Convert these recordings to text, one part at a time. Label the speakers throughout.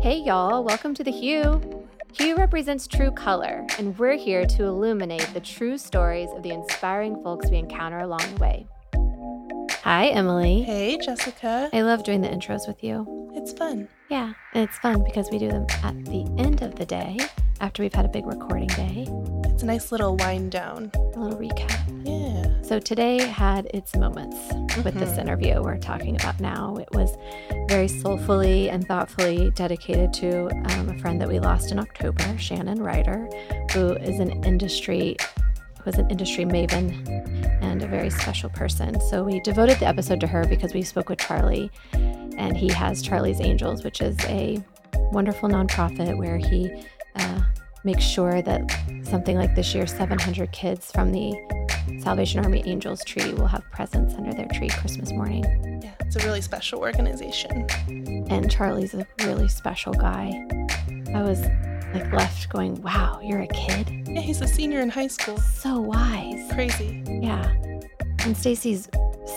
Speaker 1: Hey, y'all, welcome to The Hue. Hue represents true color, and we're here to illuminate the true stories of the inspiring folks we encounter along the way. Hi, Emily.
Speaker 2: Hey, Jessica.
Speaker 1: I love doing the intros with you.
Speaker 2: It's fun.
Speaker 1: Yeah, and it's fun because we do them at the end of the day after we've had a big recording day,
Speaker 2: It's a nice little wind down.
Speaker 1: a little recap.
Speaker 2: Yeah.
Speaker 1: So, today had its moments with this
Speaker 2: Mhm.
Speaker 1: interview we're talking about now. It was very soulfully and thoughtfully dedicated to um, a friend that we lost in October, Shannon Ryder, who is an industry who is an industry maven and a very special person. So we devoted the episode to her because we spoke with Charlie, and he has Charlie's Angels, which is a wonderful nonprofit where he uh, makes sure that something like this year, 700 kids from the Salvation Army Angels tree will have presents under their tree Christmas morning.
Speaker 2: Yeah. It's a really special organization.
Speaker 1: and Charlie's a really special guy. I was like left going, wow, you're a kid?
Speaker 2: Yeah, he's a senior in high school.
Speaker 1: So wise.
Speaker 2: Crazy.
Speaker 1: Yeah. And Stacy's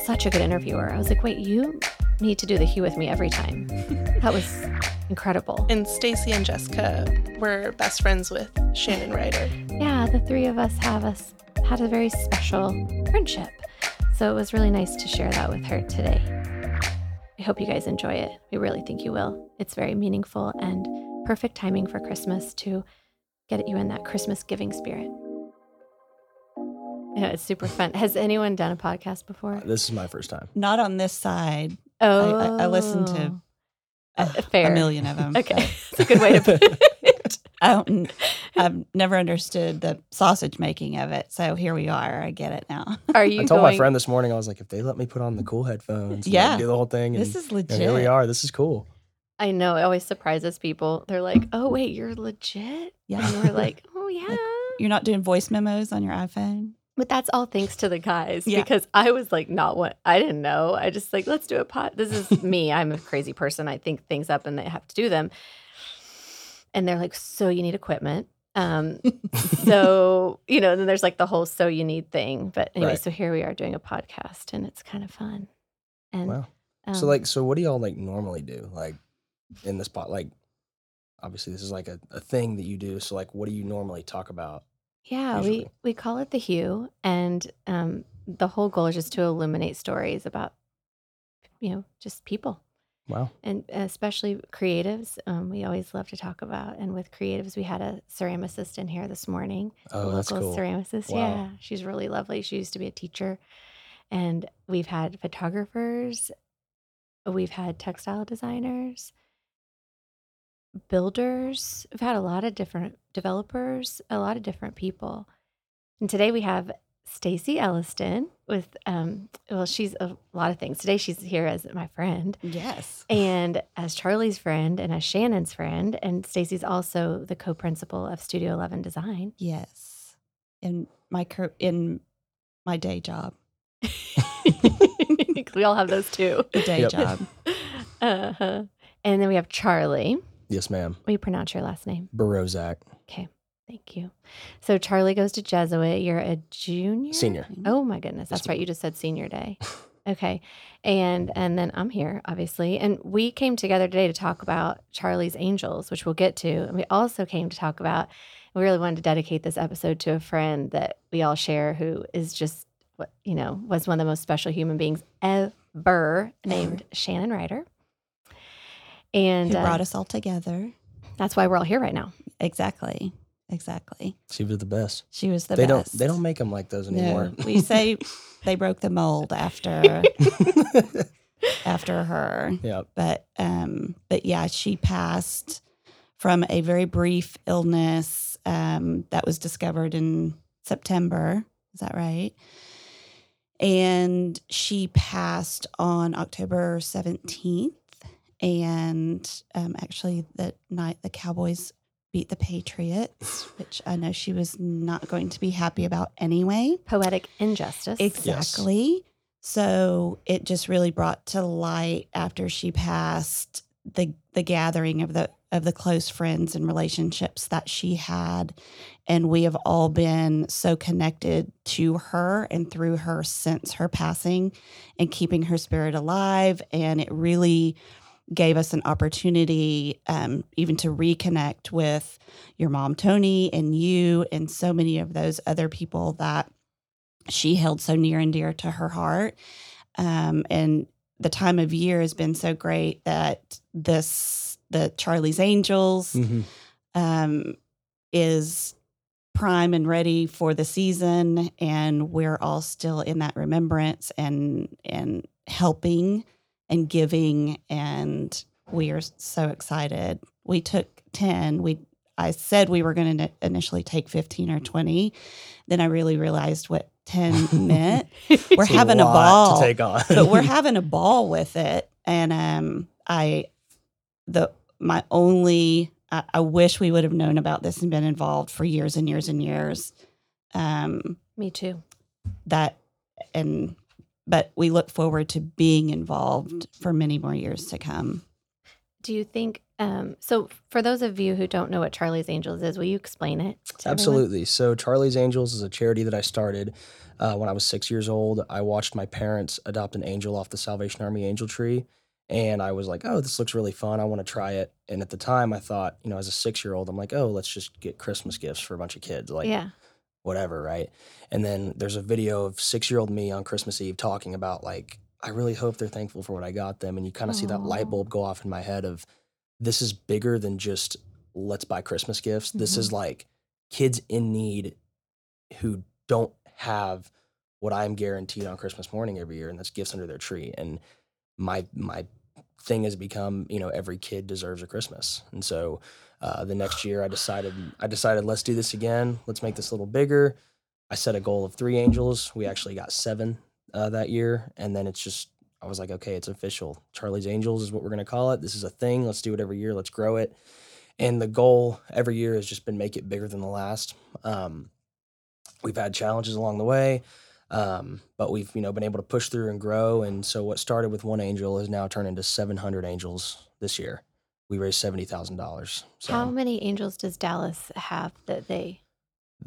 Speaker 1: such a good interviewer. I was like, wait, you need to do the hue with me every time. That was incredible.
Speaker 2: And Stacy and Jessica were best friends with Shannon Ryder.
Speaker 1: Yeah, the three of us have us had a very special friendship. So it was really nice to share that with her today. I hope you guys enjoy it. We really think you will. It's very meaningful and perfect timing for Christmas to get you in that Christmas giving spirit. Yeah, it's super fun. Has anyone done a podcast before?
Speaker 3: This is my first time.
Speaker 4: Not on this side.
Speaker 1: Oh,
Speaker 4: I- I listened to,
Speaker 1: Uh,
Speaker 4: Ugh,
Speaker 1: fair.
Speaker 4: a million of them.
Speaker 1: Okay, it's a good way to put it.
Speaker 4: I don't, I've never understood the sausage making of it. So here we are. I get it now.
Speaker 1: Are you
Speaker 3: I told my
Speaker 1: going?
Speaker 3: friend this morning, I was like, if they let me put on the cool headphones, and, like,
Speaker 4: Yeah.
Speaker 3: do the whole thing. And,
Speaker 4: This is
Speaker 3: and
Speaker 4: legit.
Speaker 3: here we are. This is cool.
Speaker 1: I know it always surprises people. They're like, "Oh wait, you're legit."
Speaker 4: Yeah.
Speaker 1: And we're like, oh, yeah.
Speaker 4: You're not doing voice memos on your iPhone?
Speaker 1: But that's all thanks to the guys
Speaker 4: Yeah.
Speaker 1: because I was like, not what I didn't know. I just like, let's do a pot. This is me. I'm a crazy person. I think things up and I have to do them. And they're like, so you need equipment. Um, so, you know, and then there's like the whole so you need thing. But anyway,
Speaker 3: Right.
Speaker 1: so here we are doing a podcast and it's kind of fun. And
Speaker 3: Wow.
Speaker 1: um,
Speaker 3: so like, so what do y'all like normally do? Like in the spot, like obviously this is like a, a thing that you do. So like, what do you normally talk about?
Speaker 1: Yeah, we
Speaker 3: usually.
Speaker 1: we call it the hue, and um, the whole goal is just to illuminate stories about, you know, just people,
Speaker 3: Wow.
Speaker 1: and especially creatives. Um, we always love to talk about, and with creatives, we had a ceramicist in here this morning,
Speaker 3: Oh,
Speaker 1: a
Speaker 3: that's
Speaker 1: local
Speaker 3: cool.
Speaker 1: ceramicist.
Speaker 3: Wow.
Speaker 1: Yeah, she's really lovely. She used to be a teacher, and we've had photographers, we've had textile designers, builders. We've had a lot of different developers, a lot of different people. And today we have Stacy Elliston with um well she's a lot of things. Today she's here as my friend
Speaker 4: Yes.
Speaker 1: and as Charlie's friend and as Shannon's friend and Stacy's also the co-principal of Studio 11 Design.
Speaker 4: Yes. In my cur- in my day job.
Speaker 1: 'Cause we all have those too.
Speaker 4: The day
Speaker 3: Yep.
Speaker 4: job.
Speaker 1: Uh-huh. And then we have Charlie.
Speaker 3: Yes, ma'am.
Speaker 1: Will you pronounce your last name?
Speaker 3: Barozak,
Speaker 1: Thank you. So Charlie goes to Jesuit. You're a junior?
Speaker 3: senior.
Speaker 4: Mm-hmm.
Speaker 1: Oh my goodness. That's
Speaker 3: Yes,
Speaker 1: right. You just said senior day. Okay. And and then I'm here, obviously. And we came together today to talk about Charlie's Angels, which we'll get to. And we also came to talk about we really wanted to dedicate this episode to a friend that we all share who is just what you know, was one of the most special human beings ever named Shannon Ryder. And
Speaker 4: Who
Speaker 1: uh,
Speaker 4: brought us all together.
Speaker 1: that's why we're all here right now.
Speaker 4: Exactly. Exactly.
Speaker 3: She was the best.
Speaker 4: She was the
Speaker 3: they
Speaker 4: best.
Speaker 3: don't, they don't make them like those anymore.
Speaker 4: No, we say they broke the mold after after her.
Speaker 3: yeah.
Speaker 4: but um but yeah she passed from a very brief illness um that was discovered in september is that right and she passed on october 17th and um actually the night the cowboys beat the patriots which i know she was not going to be happy about anyway
Speaker 1: Poetic injustice.
Speaker 4: Exactly. So it just really brought to light after she passed the the gathering of the of the close friends and relationships that she had and we have all been so connected to her and through her since her passing and keeping her spirit alive and it really gave us an opportunity um, even to reconnect with your mom, Tony, and you, and so many of those other people that she held so near and dear to her heart. Um, and the time of year has been so great that this, the Charlie's Angels,
Speaker 3: Mm-hmm.
Speaker 4: um, is prime and ready for the season, and we're all still in that remembrance and and helping and giving, and we are so excited. We took ten. We I said we were going to initially take fifteen or twenty, then I really realized what ten meant. We're having a ball
Speaker 3: to take on.
Speaker 4: but we're having a ball with it and um i the my only I, I wish we would have known about this and been involved for years and years and years um
Speaker 1: Me too.
Speaker 4: that and but we look forward to being involved for many more years to come
Speaker 1: Do you think? Um, so, for those of you who don't know what Charlie's Angels is, will you explain it? to everyone?
Speaker 3: Absolutely. So, Charlie's Angels is a charity that I started uh, when I was six years old. I watched my parents adopt an angel off the Salvation Army angel tree. And I was like, oh, this looks really fun. I want to try it. And at the time, I thought, you know, as a six year old, I'm like, oh, let's just get Christmas gifts for a bunch of kids. Like,
Speaker 1: yeah.
Speaker 3: whatever, right? And then there's a video of six year old me on Christmas Eve talking about, like, I really hope they're thankful for what I got them. And you kind of see that
Speaker 1: Aw.
Speaker 3: light bulb go off in my head of this is bigger than just let's buy Christmas gifts. This is like kids in need who don't have what I'm guaranteed on Christmas morning every year, and that's gifts under their tree. And my my thing has become, you know, every kid deserves a Christmas. And so uh, the next year, I decided I decided let's do this again. Let's make this a little bigger. I set a goal of three angels. We actually got seven uh, that year, and then it's just I was like, okay, it's official. Charlie's Angels is what we're gonna call it. This is a thing. Let's do it every year. Let's grow it. And the goal every year has just been make it bigger than the last. Um, we've had challenges along the way, um, but we've you know been able to push through and grow. And so what started with one angel has now turned into 700 angels this year. We raised seventy thousand dollars. So
Speaker 1: How many angels does Dallas have that they?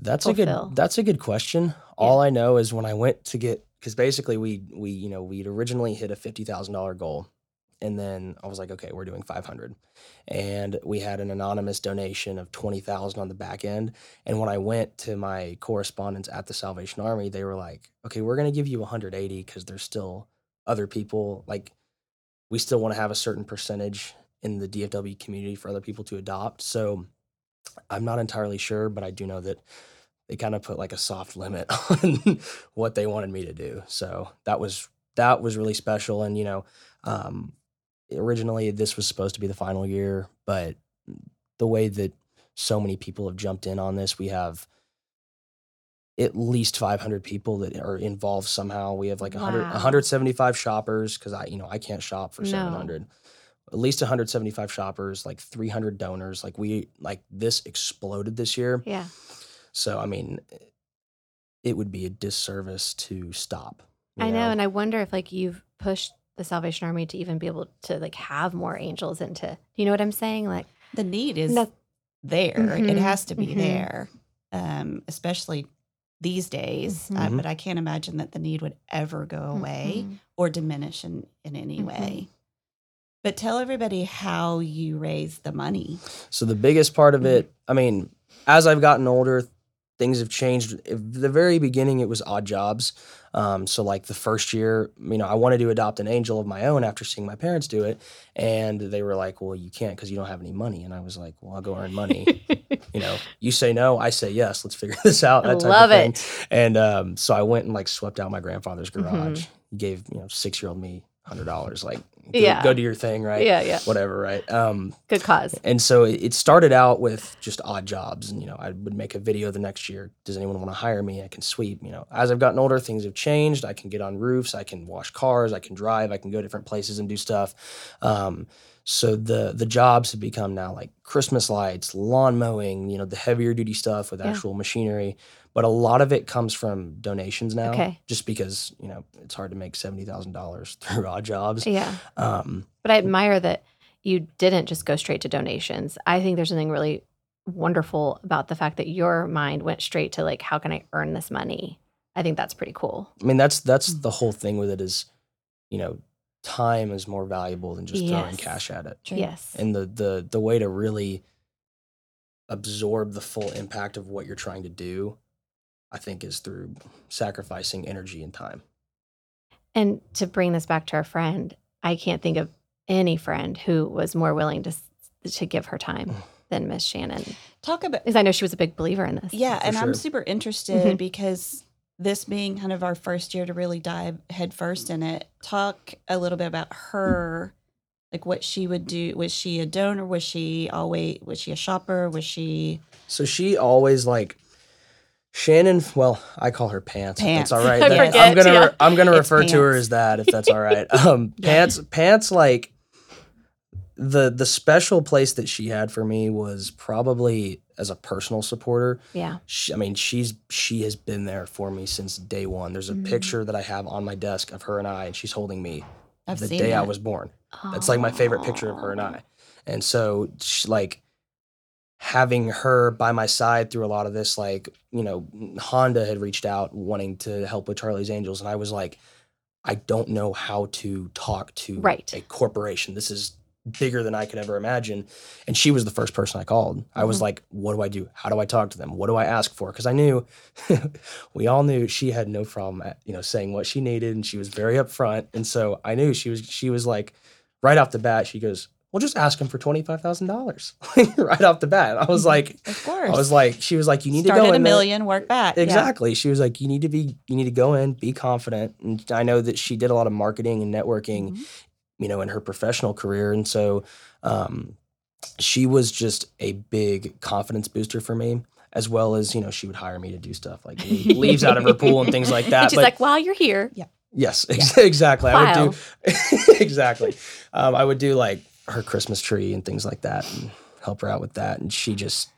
Speaker 3: that's a
Speaker 1: fulfill?
Speaker 3: good that's a good question. All I know is when I went to get because basically we we you know we'd originally hit a fifty thousand dollar goal, and then I was like, okay, we're doing five hundred, and we had an anonymous donation of twenty thousand on the back end. And when I went to my correspondents at the Salvation Army, they were like, okay, we're gonna give you one hundred eighty because there's still other people like we still want to have a certain percentage in the DFW community for other people to adopt. So I'm not entirely sure, but I do know that they kind of put like a soft limit on what they wanted me to do. So that was that was really special. And you know, um, originally this was supposed to be the final year, but the way that so many people have jumped in on this, we have at least 500 people that are involved somehow. We have like 100,
Speaker 1: Wow.
Speaker 3: 175 shoppers because I, you know, I can't shop for
Speaker 1: No.
Speaker 3: 700. At least 175 shoppers, like 300 donors. Like we, like this exploded this year.
Speaker 1: Yeah.
Speaker 3: So I mean, it would be a disservice to stop. you
Speaker 1: I know, and I wonder if like you've pushed the Salvation Army to even be able to like have more angels into. You know what I'm saying? Like,
Speaker 4: the need is
Speaker 1: No-
Speaker 4: there it
Speaker 1: Mhm,
Speaker 4: has to be
Speaker 1: mhm.
Speaker 4: there um especially these days Uh,
Speaker 3: Mhm.
Speaker 4: but i can't imagine that the need would ever go away
Speaker 1: Mhm.
Speaker 4: or diminish in, in any
Speaker 1: Mhm.
Speaker 3: Mm-hmm.
Speaker 4: way. But tell everybody how you raise the money.
Speaker 3: So the biggest part of
Speaker 1: Mhm.
Speaker 3: it, I mean, as I've gotten older, things have changed. At the very beginning, it was odd jobs. Um, so like the first year, you know, I wanted to adopt an angel of my own after seeing my parents do it, and they were like, "Well, you can't because you don't have any money." And I was like, "Well, I'll go earn money." you know, you say no, I say yes. Let's figure this out.
Speaker 1: I
Speaker 3: That type of
Speaker 1: love
Speaker 3: thing.
Speaker 1: it.
Speaker 3: And um, so I went and like swept out my grandfather's
Speaker 1: Mm-hmm.
Speaker 3: garage, gave you know six year old me hundred dollars, like go,
Speaker 1: Yeah.
Speaker 3: go do your thing, right?
Speaker 1: Yeah, yeah.
Speaker 3: whatever, right? Um,
Speaker 1: Good cause.
Speaker 3: and so it it started out with just odd jobs, and you know I would make a video the next year. Does anyone want to hire me? I can sweep. You know, as I've gotten older, things have changed. I can get on roofs, I can wash cars, I can drive, I can go different places and do stuff. Um, so the the jobs have become now like Christmas lights, lawn mowing, you know, the heavier duty stuff with
Speaker 1: Yeah.
Speaker 3: actual machinery. But a lot of it comes from donations now,
Speaker 1: Okay.
Speaker 3: just because you know it's hard to make seventy thousand dollars through odd jobs.
Speaker 1: Yeah.
Speaker 3: Um,
Speaker 1: But I admire that you didn't just go straight to donations. I think there's something really wonderful about the fact that your mind went straight to like, how can I earn this money? I think that's pretty cool.
Speaker 3: I mean, that's that's
Speaker 4: Mm.
Speaker 3: the whole thing with it is, you know, time is more valuable than just throwing
Speaker 1: Yes.
Speaker 3: cash at it.
Speaker 4: True.
Speaker 1: Yes.
Speaker 3: And the the the way to really absorb the full impact of what you're trying to do, I think, is through sacrificing energy and time.
Speaker 1: And to bring this back to our friend, I can't think of any friend who was more willing to s- to give her time
Speaker 3: Mm.
Speaker 1: than Miss Shannon,
Speaker 4: Talk about
Speaker 1: because I know she was a big believer in this.
Speaker 4: Yeah,
Speaker 3: For
Speaker 4: and
Speaker 3: sure.
Speaker 4: I'm super interested
Speaker 1: Mhm.
Speaker 4: because this being kind of our first year to really dive headfirst in it, talk a little bit about her, like what she would do. Was she a donor? Was she always? Was she a shopper? Was she?
Speaker 3: So she always like Shannon. Well, I call her Pants.
Speaker 4: Pants.
Speaker 3: If that's all right.
Speaker 1: I
Speaker 3: That-
Speaker 1: forget,
Speaker 3: I'm gonna
Speaker 1: yeah.
Speaker 3: I'm gonna
Speaker 4: It's
Speaker 3: refer to her
Speaker 4: Pants.
Speaker 3: as that if that's all right. Um,
Speaker 4: Yeah.
Speaker 3: Pants. Pants like the the special place that she had for me was probably as a personal supporter.
Speaker 1: yeah,
Speaker 3: She, I mean, she's she has been there for me since day one. There's a
Speaker 4: Mm-hmm.
Speaker 1: Mhm.
Speaker 3: picture that I have on my desk of her and I, and she's holding me
Speaker 4: I've
Speaker 3: the
Speaker 4: seen
Speaker 3: day I
Speaker 4: that.
Speaker 3: was born. That's like my favorite picture of her and I. And so, sh like, having her by my side through a lot of this, like, you know, Honda had reached out wanting to help with Charlie's Angels. And I was like, I don't know how to talk to
Speaker 1: Right.
Speaker 3: a corporation. This is bigger than I could ever imagine. And she was the first person I called. I was
Speaker 4: Mhm.
Speaker 3: like, what do I do? How do I talk to them? What do I ask for? Because I knew we all knew she had no problem at, you know saying what she needed and she was very upfront. And so I knew she was she was like right off the bat, she goes, Well just ask him for twenty five thousand dollars. right off the bat. I was like
Speaker 4: Of course,
Speaker 3: I was like, she was like, you need
Speaker 4: Mm-hmm. Start
Speaker 3: to go
Speaker 4: at a
Speaker 3: in there-
Speaker 4: million, work back. Yeah.
Speaker 3: Exactly. She was like, you need to be, you need to go in, be confident. And I know that she did a lot of marketing and networking,
Speaker 4: Mhm.
Speaker 3: you know, in her professional career. And so um, she was just a big confidence booster for me, as well as, you know, she would hire me to do stuff like leave- leaves out of her pool and things like that.
Speaker 1: and she's
Speaker 3: But-
Speaker 1: like, "While you're here,
Speaker 3: Yes, ex- exactly. I would do exactly. Um, I would do like her Christmas tree and things like that, and help her out with that. And she just,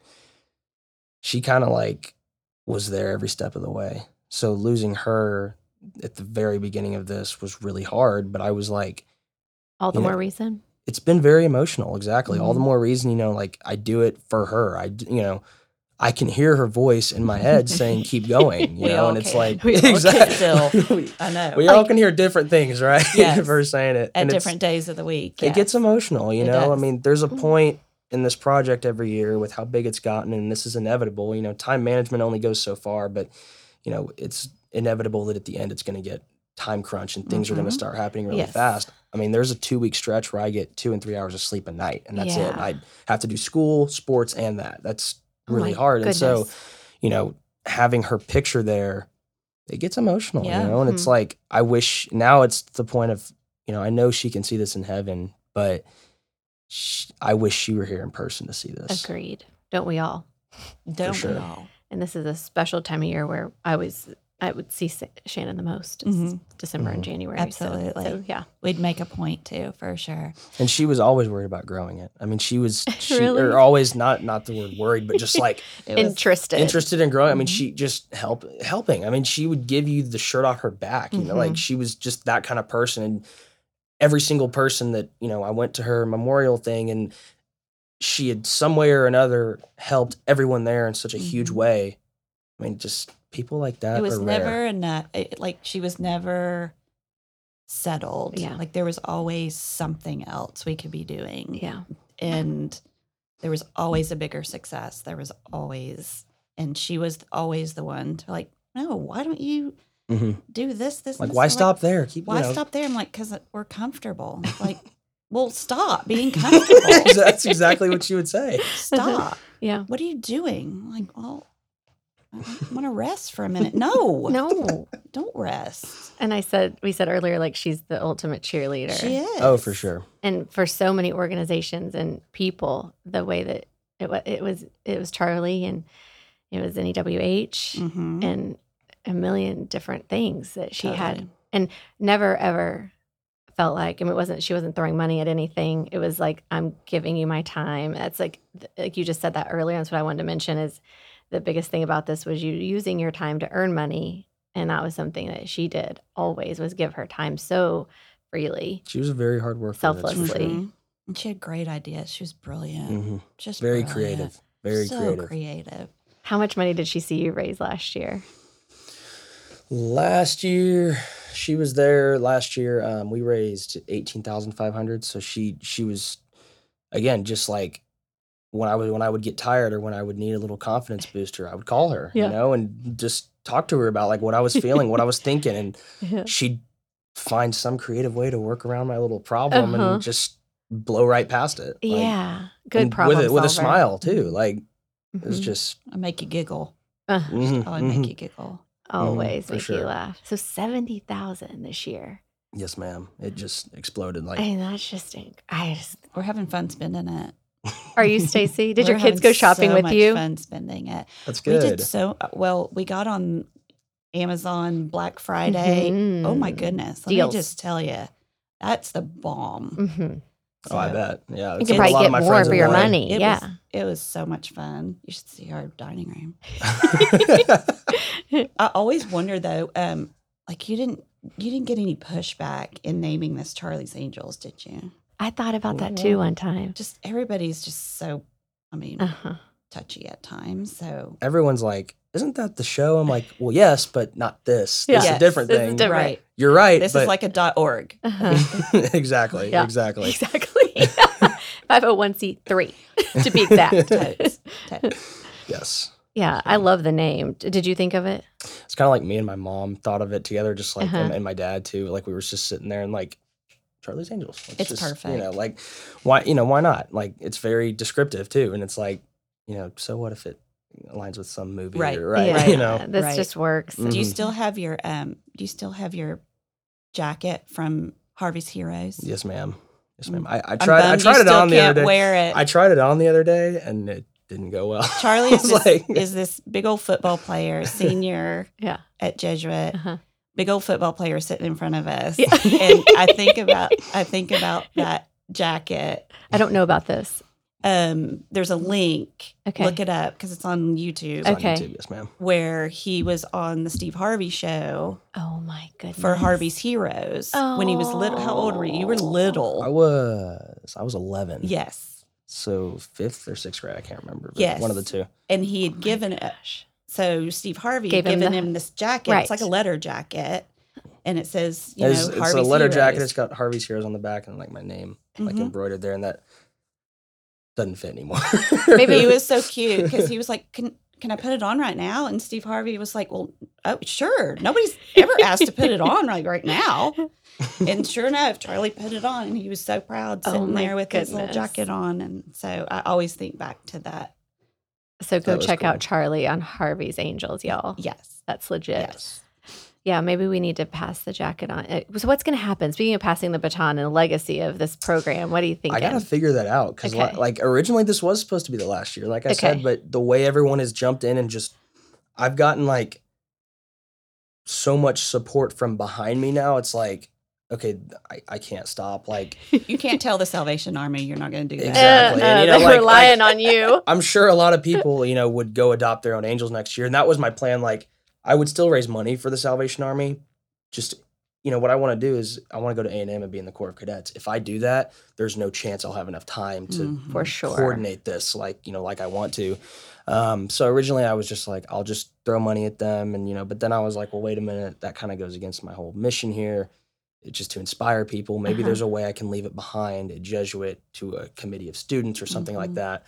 Speaker 3: she kind of like was there every step of the way. So losing her at the very beginning of this was really hard. But I was like,
Speaker 1: all the
Speaker 3: You know,
Speaker 1: more reason."
Speaker 3: it's been very emotional. Exactly. All the
Speaker 4: Mhm.
Speaker 3: more reason, you know, like I do it for her. I, d- you know. I can hear her voice in my head saying, "Keep going," you
Speaker 4: We
Speaker 3: know,
Speaker 4: all
Speaker 3: and it's
Speaker 4: can.
Speaker 3: like
Speaker 1: We all can
Speaker 4: still. I know.
Speaker 3: we all can hear different things, right?
Speaker 4: Yes.
Speaker 3: For saying it.
Speaker 4: at
Speaker 3: And it's-
Speaker 4: different days of the week.
Speaker 3: It gets emotional, you
Speaker 4: It
Speaker 3: know? I
Speaker 4: does.
Speaker 3: mean, there's a
Speaker 1: Mhm.
Speaker 3: point in this project every year with how big it's gotten, and this is inevitable. You know, time management only goes so far, but, you know, it's inevitable that at the end it's going to get time crunch and things are going
Speaker 4: Mhm.
Speaker 3: to start happening really
Speaker 1: Mm-hmm. Yes.
Speaker 3: fast. I mean, there's a two week stretch where I get two and three hours of sleep a night, and that's it.
Speaker 1: Yeah.
Speaker 3: I have to do school, sports, and that. That's
Speaker 1: Oh
Speaker 3: really
Speaker 1: my
Speaker 3: hard. And so,
Speaker 1: goodness.
Speaker 3: you know, having her picture there, it gets emotional,
Speaker 4: Yeah.
Speaker 3: you know? And it's like, I wish now it's the point of, you know, I know she can see this in heaven, but sh I wish she were here in person to see this.
Speaker 1: agreed. Don't we all?
Speaker 4: Don't
Speaker 3: sure.
Speaker 4: we all?
Speaker 1: And this is a special time of year where I was I would see Sa- Shannon the most. It's
Speaker 4: Mhm.
Speaker 1: December and
Speaker 3: Mhm.
Speaker 1: January. so-
Speaker 4: Absolutely.
Speaker 1: So, yeah.
Speaker 4: We'd make a point too, for sure.
Speaker 3: And she was always worried about growing it. I mean, she was, she,
Speaker 1: Really?
Speaker 3: or always not, not the word worried, but just like
Speaker 4: It was-
Speaker 1: Interested.
Speaker 3: interested in growing. I mean,
Speaker 4: Mhm.
Speaker 3: she just help helping. I mean, she would give you the shirt off her back. You know, like
Speaker 4: Mhm.
Speaker 3: she was just that kind of person. And every single person that you know, I went to her memorial thing, and she had some way or another helped everyone there in such a huge
Speaker 4: Mhm.
Speaker 3: way. I mean, just people like that.
Speaker 4: it was
Speaker 3: are
Speaker 4: never
Speaker 3: rare.
Speaker 4: enough it, like she was never settled
Speaker 1: Yeah.
Speaker 4: like there was always something else we could be doing
Speaker 1: Yeah.
Speaker 4: and there was always a bigger success there was always and she was always the one to like no why don't you
Speaker 3: Mhm.
Speaker 4: do this this and
Speaker 3: like
Speaker 4: this?"
Speaker 3: why
Speaker 4: I'm
Speaker 3: stop there? Keep
Speaker 4: why
Speaker 3: you know.
Speaker 4: stop there i'm like because we're comfortable like well stop being comfortable
Speaker 3: That's exactly what she would say.
Speaker 4: stop
Speaker 1: Yeah.
Speaker 4: what are you doing I'm like well i want to rest for a minute no
Speaker 1: No.
Speaker 4: don't rest
Speaker 1: And I said, we said earlier, like she's the ultimate cheerleader.
Speaker 4: She is.
Speaker 3: Oh, for sure.
Speaker 1: And for so many organizations and people, the way that it, wa- it was, it was Charlie and it was NEWH
Speaker 4: Mhm.
Speaker 1: and a million different things that she had
Speaker 4: Totally.
Speaker 1: never ever felt like. I mean, it wasn't, she wasn't throwing money at anything. It was like, I'm giving you my time. That's like, th- like you just said that earlier. That's what I wanted to mention is the biggest thing about this was you using your time to earn money. And that was something that she did always was give her time so freely.
Speaker 3: She was a very hard worker. that's for sure.
Speaker 1: Selflessly.
Speaker 4: Mhm. And she had great ideas. She was brilliant.
Speaker 3: Mhm.
Speaker 4: Just
Speaker 3: Very
Speaker 4: brilliant.
Speaker 3: creative. Very
Speaker 4: so
Speaker 3: creative.
Speaker 1: How much money did she see you raise last year?
Speaker 3: Last year, she was there last year. Um, we raised eighteen thousand five hundred. So she she was again just like when I would when I would get tired or when I would need a little confidence booster, I would call her,
Speaker 1: Yeah.
Speaker 3: you know, and just talk to her about like what I was feeling, what I was thinking, and
Speaker 1: Yeah.
Speaker 3: she'd find some creative way to work around my little problem
Speaker 1: Uh-huh.
Speaker 3: and just blow right past it. Like,
Speaker 1: yeah.
Speaker 3: and
Speaker 1: Good problem.
Speaker 3: with a, with a
Speaker 1: solver.
Speaker 3: smile too. Like it was
Speaker 1: Mhm.
Speaker 3: just
Speaker 4: I make you giggle.
Speaker 1: Uh,
Speaker 3: mhm,
Speaker 4: Oh, I
Speaker 3: mhm.
Speaker 4: make you giggle.
Speaker 1: always
Speaker 3: for
Speaker 1: make you
Speaker 3: sure.
Speaker 1: laugh. So seventy thousand this year,
Speaker 3: yes, ma'am. It just exploded. Like
Speaker 1: and that's just inc- I just.
Speaker 4: We're having fun spending it.
Speaker 1: Are you Stacy? Did your
Speaker 4: We're
Speaker 1: kids
Speaker 4: having
Speaker 1: go shopping
Speaker 4: so
Speaker 1: with
Speaker 4: much
Speaker 1: you?
Speaker 4: Fun spending it.
Speaker 3: that's
Speaker 4: We
Speaker 3: good.
Speaker 4: did so uh, well. We got on Amazon Black
Speaker 1: Mm-hmm.
Speaker 4: Friday. Oh my
Speaker 1: Mhm.
Speaker 4: goodness! Let
Speaker 1: Deals.
Speaker 4: me just tell you, that's the bomb.
Speaker 1: Mhm.
Speaker 3: oh, I
Speaker 4: So
Speaker 3: bet. Yeah,
Speaker 1: You
Speaker 3: that's
Speaker 1: can probably
Speaker 3: what a lot
Speaker 1: get
Speaker 3: of my
Speaker 1: more
Speaker 3: friends
Speaker 1: for
Speaker 3: are
Speaker 1: your
Speaker 3: doing.
Speaker 1: money.
Speaker 4: It
Speaker 1: yeah.
Speaker 4: was- It was so much fun. You should see our dining room. I always wonder though, um, like you didn't you didn't get any pushback in naming this Charlie's Angels, did you?
Speaker 1: I thought about that too one time.
Speaker 4: Just everybody's just so, I mean,
Speaker 1: Uh huh.
Speaker 4: touchy at times. So
Speaker 3: Everyone's like, "Isn't that the show?" I'm like, "Well, yes, but not this. It's
Speaker 1: Yeah.
Speaker 3: a different
Speaker 1: This is
Speaker 3: thing."
Speaker 1: different.
Speaker 4: right,
Speaker 3: You're right.
Speaker 4: this
Speaker 3: but-
Speaker 4: is like a dot org.
Speaker 1: Uh-huh.
Speaker 3: exactly.
Speaker 1: Yeah.
Speaker 3: Exactly.
Speaker 1: Exactly. 501c3 to be exact.
Speaker 4: Totes.
Speaker 3: Yes.
Speaker 1: yeah, I love the name. D- Did you think of it?
Speaker 3: It's kind of like me and my mom thought of it together, just like
Speaker 1: Uh-huh.
Speaker 3: and, and my dad too. Like we were just sitting there and like Charlie's Angels. Let's
Speaker 4: It's
Speaker 3: just, You
Speaker 4: perfect.
Speaker 3: know, like why you know why not? Like it's very descriptive too, and it's like you know, so what if it aligns with some movie?
Speaker 4: Right.
Speaker 3: Or, right.
Speaker 1: Yeah,
Speaker 3: You know.
Speaker 1: this
Speaker 4: Right.
Speaker 1: just works.
Speaker 4: Do you
Speaker 3: Mhm.
Speaker 4: still have your um? Do you still have your jacket from Harvey's Heroes?
Speaker 3: Yes, ma'am. Yes, ma'am. I, I
Speaker 4: I'm
Speaker 3: tried. I
Speaker 4: bummed
Speaker 3: tried
Speaker 4: you
Speaker 3: it
Speaker 4: still
Speaker 3: on the
Speaker 4: can't
Speaker 3: other day.
Speaker 4: Wear it.
Speaker 3: I tried it on the other day, and it didn't go well.
Speaker 4: Charlie
Speaker 3: I
Speaker 4: is
Speaker 3: was
Speaker 4: this,
Speaker 3: like-
Speaker 4: is this big old football player, senior
Speaker 1: Yeah.
Speaker 4: at Jesuit,
Speaker 1: Uh-huh.
Speaker 4: big old football player sitting in front of us.
Speaker 1: Yeah.
Speaker 4: and I think about I think about that jacket.
Speaker 1: I don't know about this.
Speaker 4: Um, there's a link.
Speaker 1: Okay.
Speaker 4: Look it up because it's on YouTube
Speaker 3: It's on
Speaker 1: Okay.
Speaker 3: YouTube, Yes, ma'am.
Speaker 4: where he was on the Steve Harvey show
Speaker 1: Oh my goodness.
Speaker 4: for Harvey's Heroes when he was little. How old were you? You were
Speaker 1: Oh.
Speaker 4: little.
Speaker 3: I was. I was 11.
Speaker 4: yes.
Speaker 3: So fifth or sixth grade, I can't remember. But
Speaker 4: Yes.
Speaker 3: One of the two.
Speaker 4: And he had
Speaker 1: Oh my
Speaker 4: given it.
Speaker 1: gosh.
Speaker 4: So Steve Harvey
Speaker 1: Gave him
Speaker 4: had given
Speaker 1: the-
Speaker 4: him, this jacket. It's like a
Speaker 1: Right.
Speaker 4: letter jacket, and it says, you
Speaker 3: it's,
Speaker 4: know,
Speaker 3: it's a
Speaker 4: Harvey's
Speaker 3: letter jacket.
Speaker 4: Heroes.
Speaker 3: It's got Harvey's Heroes on the back and like my name, like
Speaker 4: Mhm.
Speaker 3: embroidered there, and that doesn't fit anymore.
Speaker 1: Maybe
Speaker 4: he was so cute because he was like, "Can can I put it on right now?" And Steve Harvey was like, "Well, oh sure. Nobody's ever asked to put it on like right now." And sure enough, Charlie put it on, and he was so proud
Speaker 1: Oh,
Speaker 4: sitting
Speaker 1: my
Speaker 4: there with his little
Speaker 1: goodness.
Speaker 4: jacket on. And so I always think back to that.
Speaker 1: So go
Speaker 3: That was
Speaker 1: check
Speaker 3: cool.
Speaker 1: out Charlie on Harvey's Angels, y'all.
Speaker 4: Yes,
Speaker 1: That's legit.
Speaker 4: yes.
Speaker 1: Yeah, maybe we need to pass the jacket on. Uh, So what's going to happen? Speaking of passing the baton and the legacy of this program, what do you think?
Speaker 3: I gotta figure that out because
Speaker 1: Okay.
Speaker 3: like originally this was supposed to be the last year, like I said,
Speaker 1: Okay.
Speaker 3: but the way everyone has jumped in and just, I've gotten like so much support from behind me now. It's like, okay, I, I can't stop. Like
Speaker 4: You can't tell the Salvation Army you're not going to do that.
Speaker 3: Exactly. And, you know,
Speaker 1: they're
Speaker 3: like-
Speaker 1: uh, relying
Speaker 3: like-
Speaker 1: on you.
Speaker 3: I'm sure a lot of people, you know, would go adopt their own angels next year. And that was my plan. Like, I would still raise money for the Salvation Army. Just, you know, what I want to do is I want to go to A and M and be in the Corps of Cadets. If I do that, there's no chance I'll have enough time to
Speaker 4: Mhm.
Speaker 1: For sure.
Speaker 3: coordinate this, like, you know, like I want to. Um, so originally I was just like, I'll just throw money at them. And, you know, but then I was like, well, wait a minute. That kind of goes against my whole mission here. It's just to inspire people. Maybe
Speaker 1: Uh-huh.
Speaker 3: there's a way I can leave it behind at Jesuit to a committee of students or something like
Speaker 1: Mm-hmm.
Speaker 4: Mhm.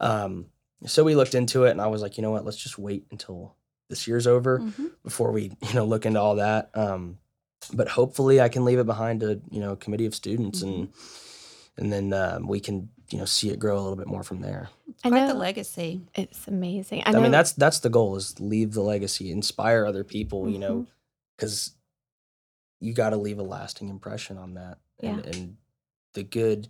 Speaker 3: that. Um, so we looked into it and I was like, you know what, let's just wait until this year's over
Speaker 4: Mhm.
Speaker 3: before we, you know, look into all that. Um, but hopefully I can leave it behind to, you know, a committee of students and
Speaker 1: Mm-hmm.
Speaker 3: and then um, we can, you know, see it grow a little bit more from there.
Speaker 1: I
Speaker 4: Quite the
Speaker 1: know
Speaker 4: legacy.
Speaker 1: it's amazing. I,
Speaker 3: I,
Speaker 1: know,
Speaker 3: mean, that's that's the goal is leave the legacy, inspire other people, you know,
Speaker 1: Mm-hmm.
Speaker 3: because you got to leave a lasting impression on that. And, and the good,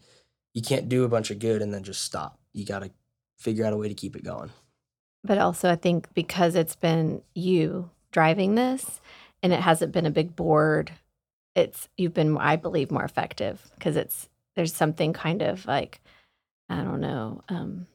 Speaker 3: you can't do a bunch of good and then just stop. You got to figure out a way to keep it going.
Speaker 1: but also I think because it's been you driving this, and it hasn't been a big board. It's you've been, I believe, more effective because it's there's something kind of like I don't know, um,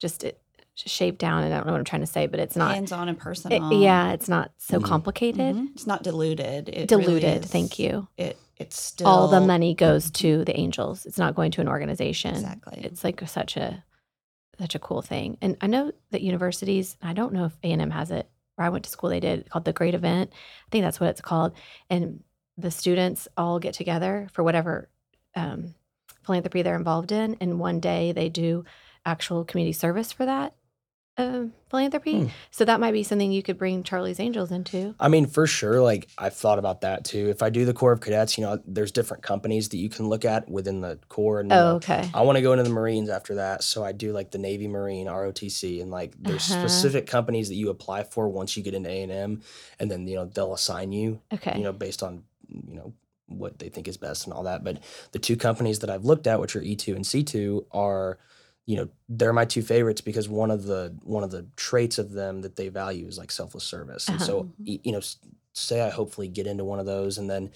Speaker 1: just it, shaved down, and I don't know what I'm trying to say, but it's not.
Speaker 4: Hands on and
Speaker 1: it-
Speaker 4: personal.
Speaker 1: yeah, it's not so
Speaker 3: Mhm.
Speaker 1: complicated.
Speaker 4: Mhm. It's not diluted. It really
Speaker 1: Diluted.
Speaker 4: is-
Speaker 1: thank you.
Speaker 4: It it's still
Speaker 1: All the money goes to the angels. It's not going to an organization.
Speaker 4: Exactly.
Speaker 1: it's like such a such a cool thing and i know that universities i don't know if a&m has it where i went to school they did called the great event i think that's what it's called and the students all get together for whatever um, philanthropy they're involved in, and one day they do actual community service for that um, philanthropy.
Speaker 3: Hmm.
Speaker 1: So that might be something you could bring Charlie's Angels into.
Speaker 3: I mean, for sure. Like I've thought about that too. If I do the Corps of Cadets, you know, there's different companies that you can look at within the Corps. And you
Speaker 1: Oh,
Speaker 3: know,
Speaker 1: okay.
Speaker 3: I want to go into the Marines after that, so I do like the Navy Marine ROTC, and like there's
Speaker 1: Uh-huh.
Speaker 3: specific companies that you apply for once you get into A and M, and then you know they'll assign you,
Speaker 1: Okay.
Speaker 3: you know, based on you know what they think is best and all that. But the two companies that I've looked at, which are E two and C two, are you know they're my two favorites because one of the one of the traits of them that they value is like selfless service, and
Speaker 1: Uh-huh.
Speaker 3: so y- you know s- say I hopefully get into one of those, and then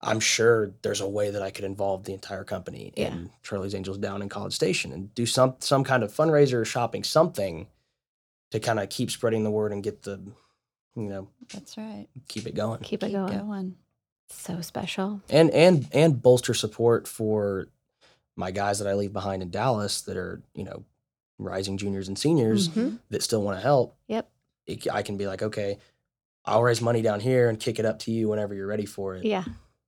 Speaker 3: I'm sure there's a way that I could involve the entire company
Speaker 1: Yeah.
Speaker 3: in Charlie's Angels down in College Station and do some some kind of fundraiser or shopping something to kind of keep spreading the word and get the you know
Speaker 4: That's right.
Speaker 3: keep it going
Speaker 1: Keep it
Speaker 4: Keep
Speaker 1: going.
Speaker 4: going.
Speaker 1: So special.
Speaker 3: and and and bolster support for my guys that I leave behind in Dallas that are you know rising juniors and seniors
Speaker 1: Mhm.
Speaker 3: that still want to help.
Speaker 1: Yep.
Speaker 3: It, I can be like okay. I'll raise money down here and kick it up to you whenever you're ready for it.
Speaker 1: Yeah.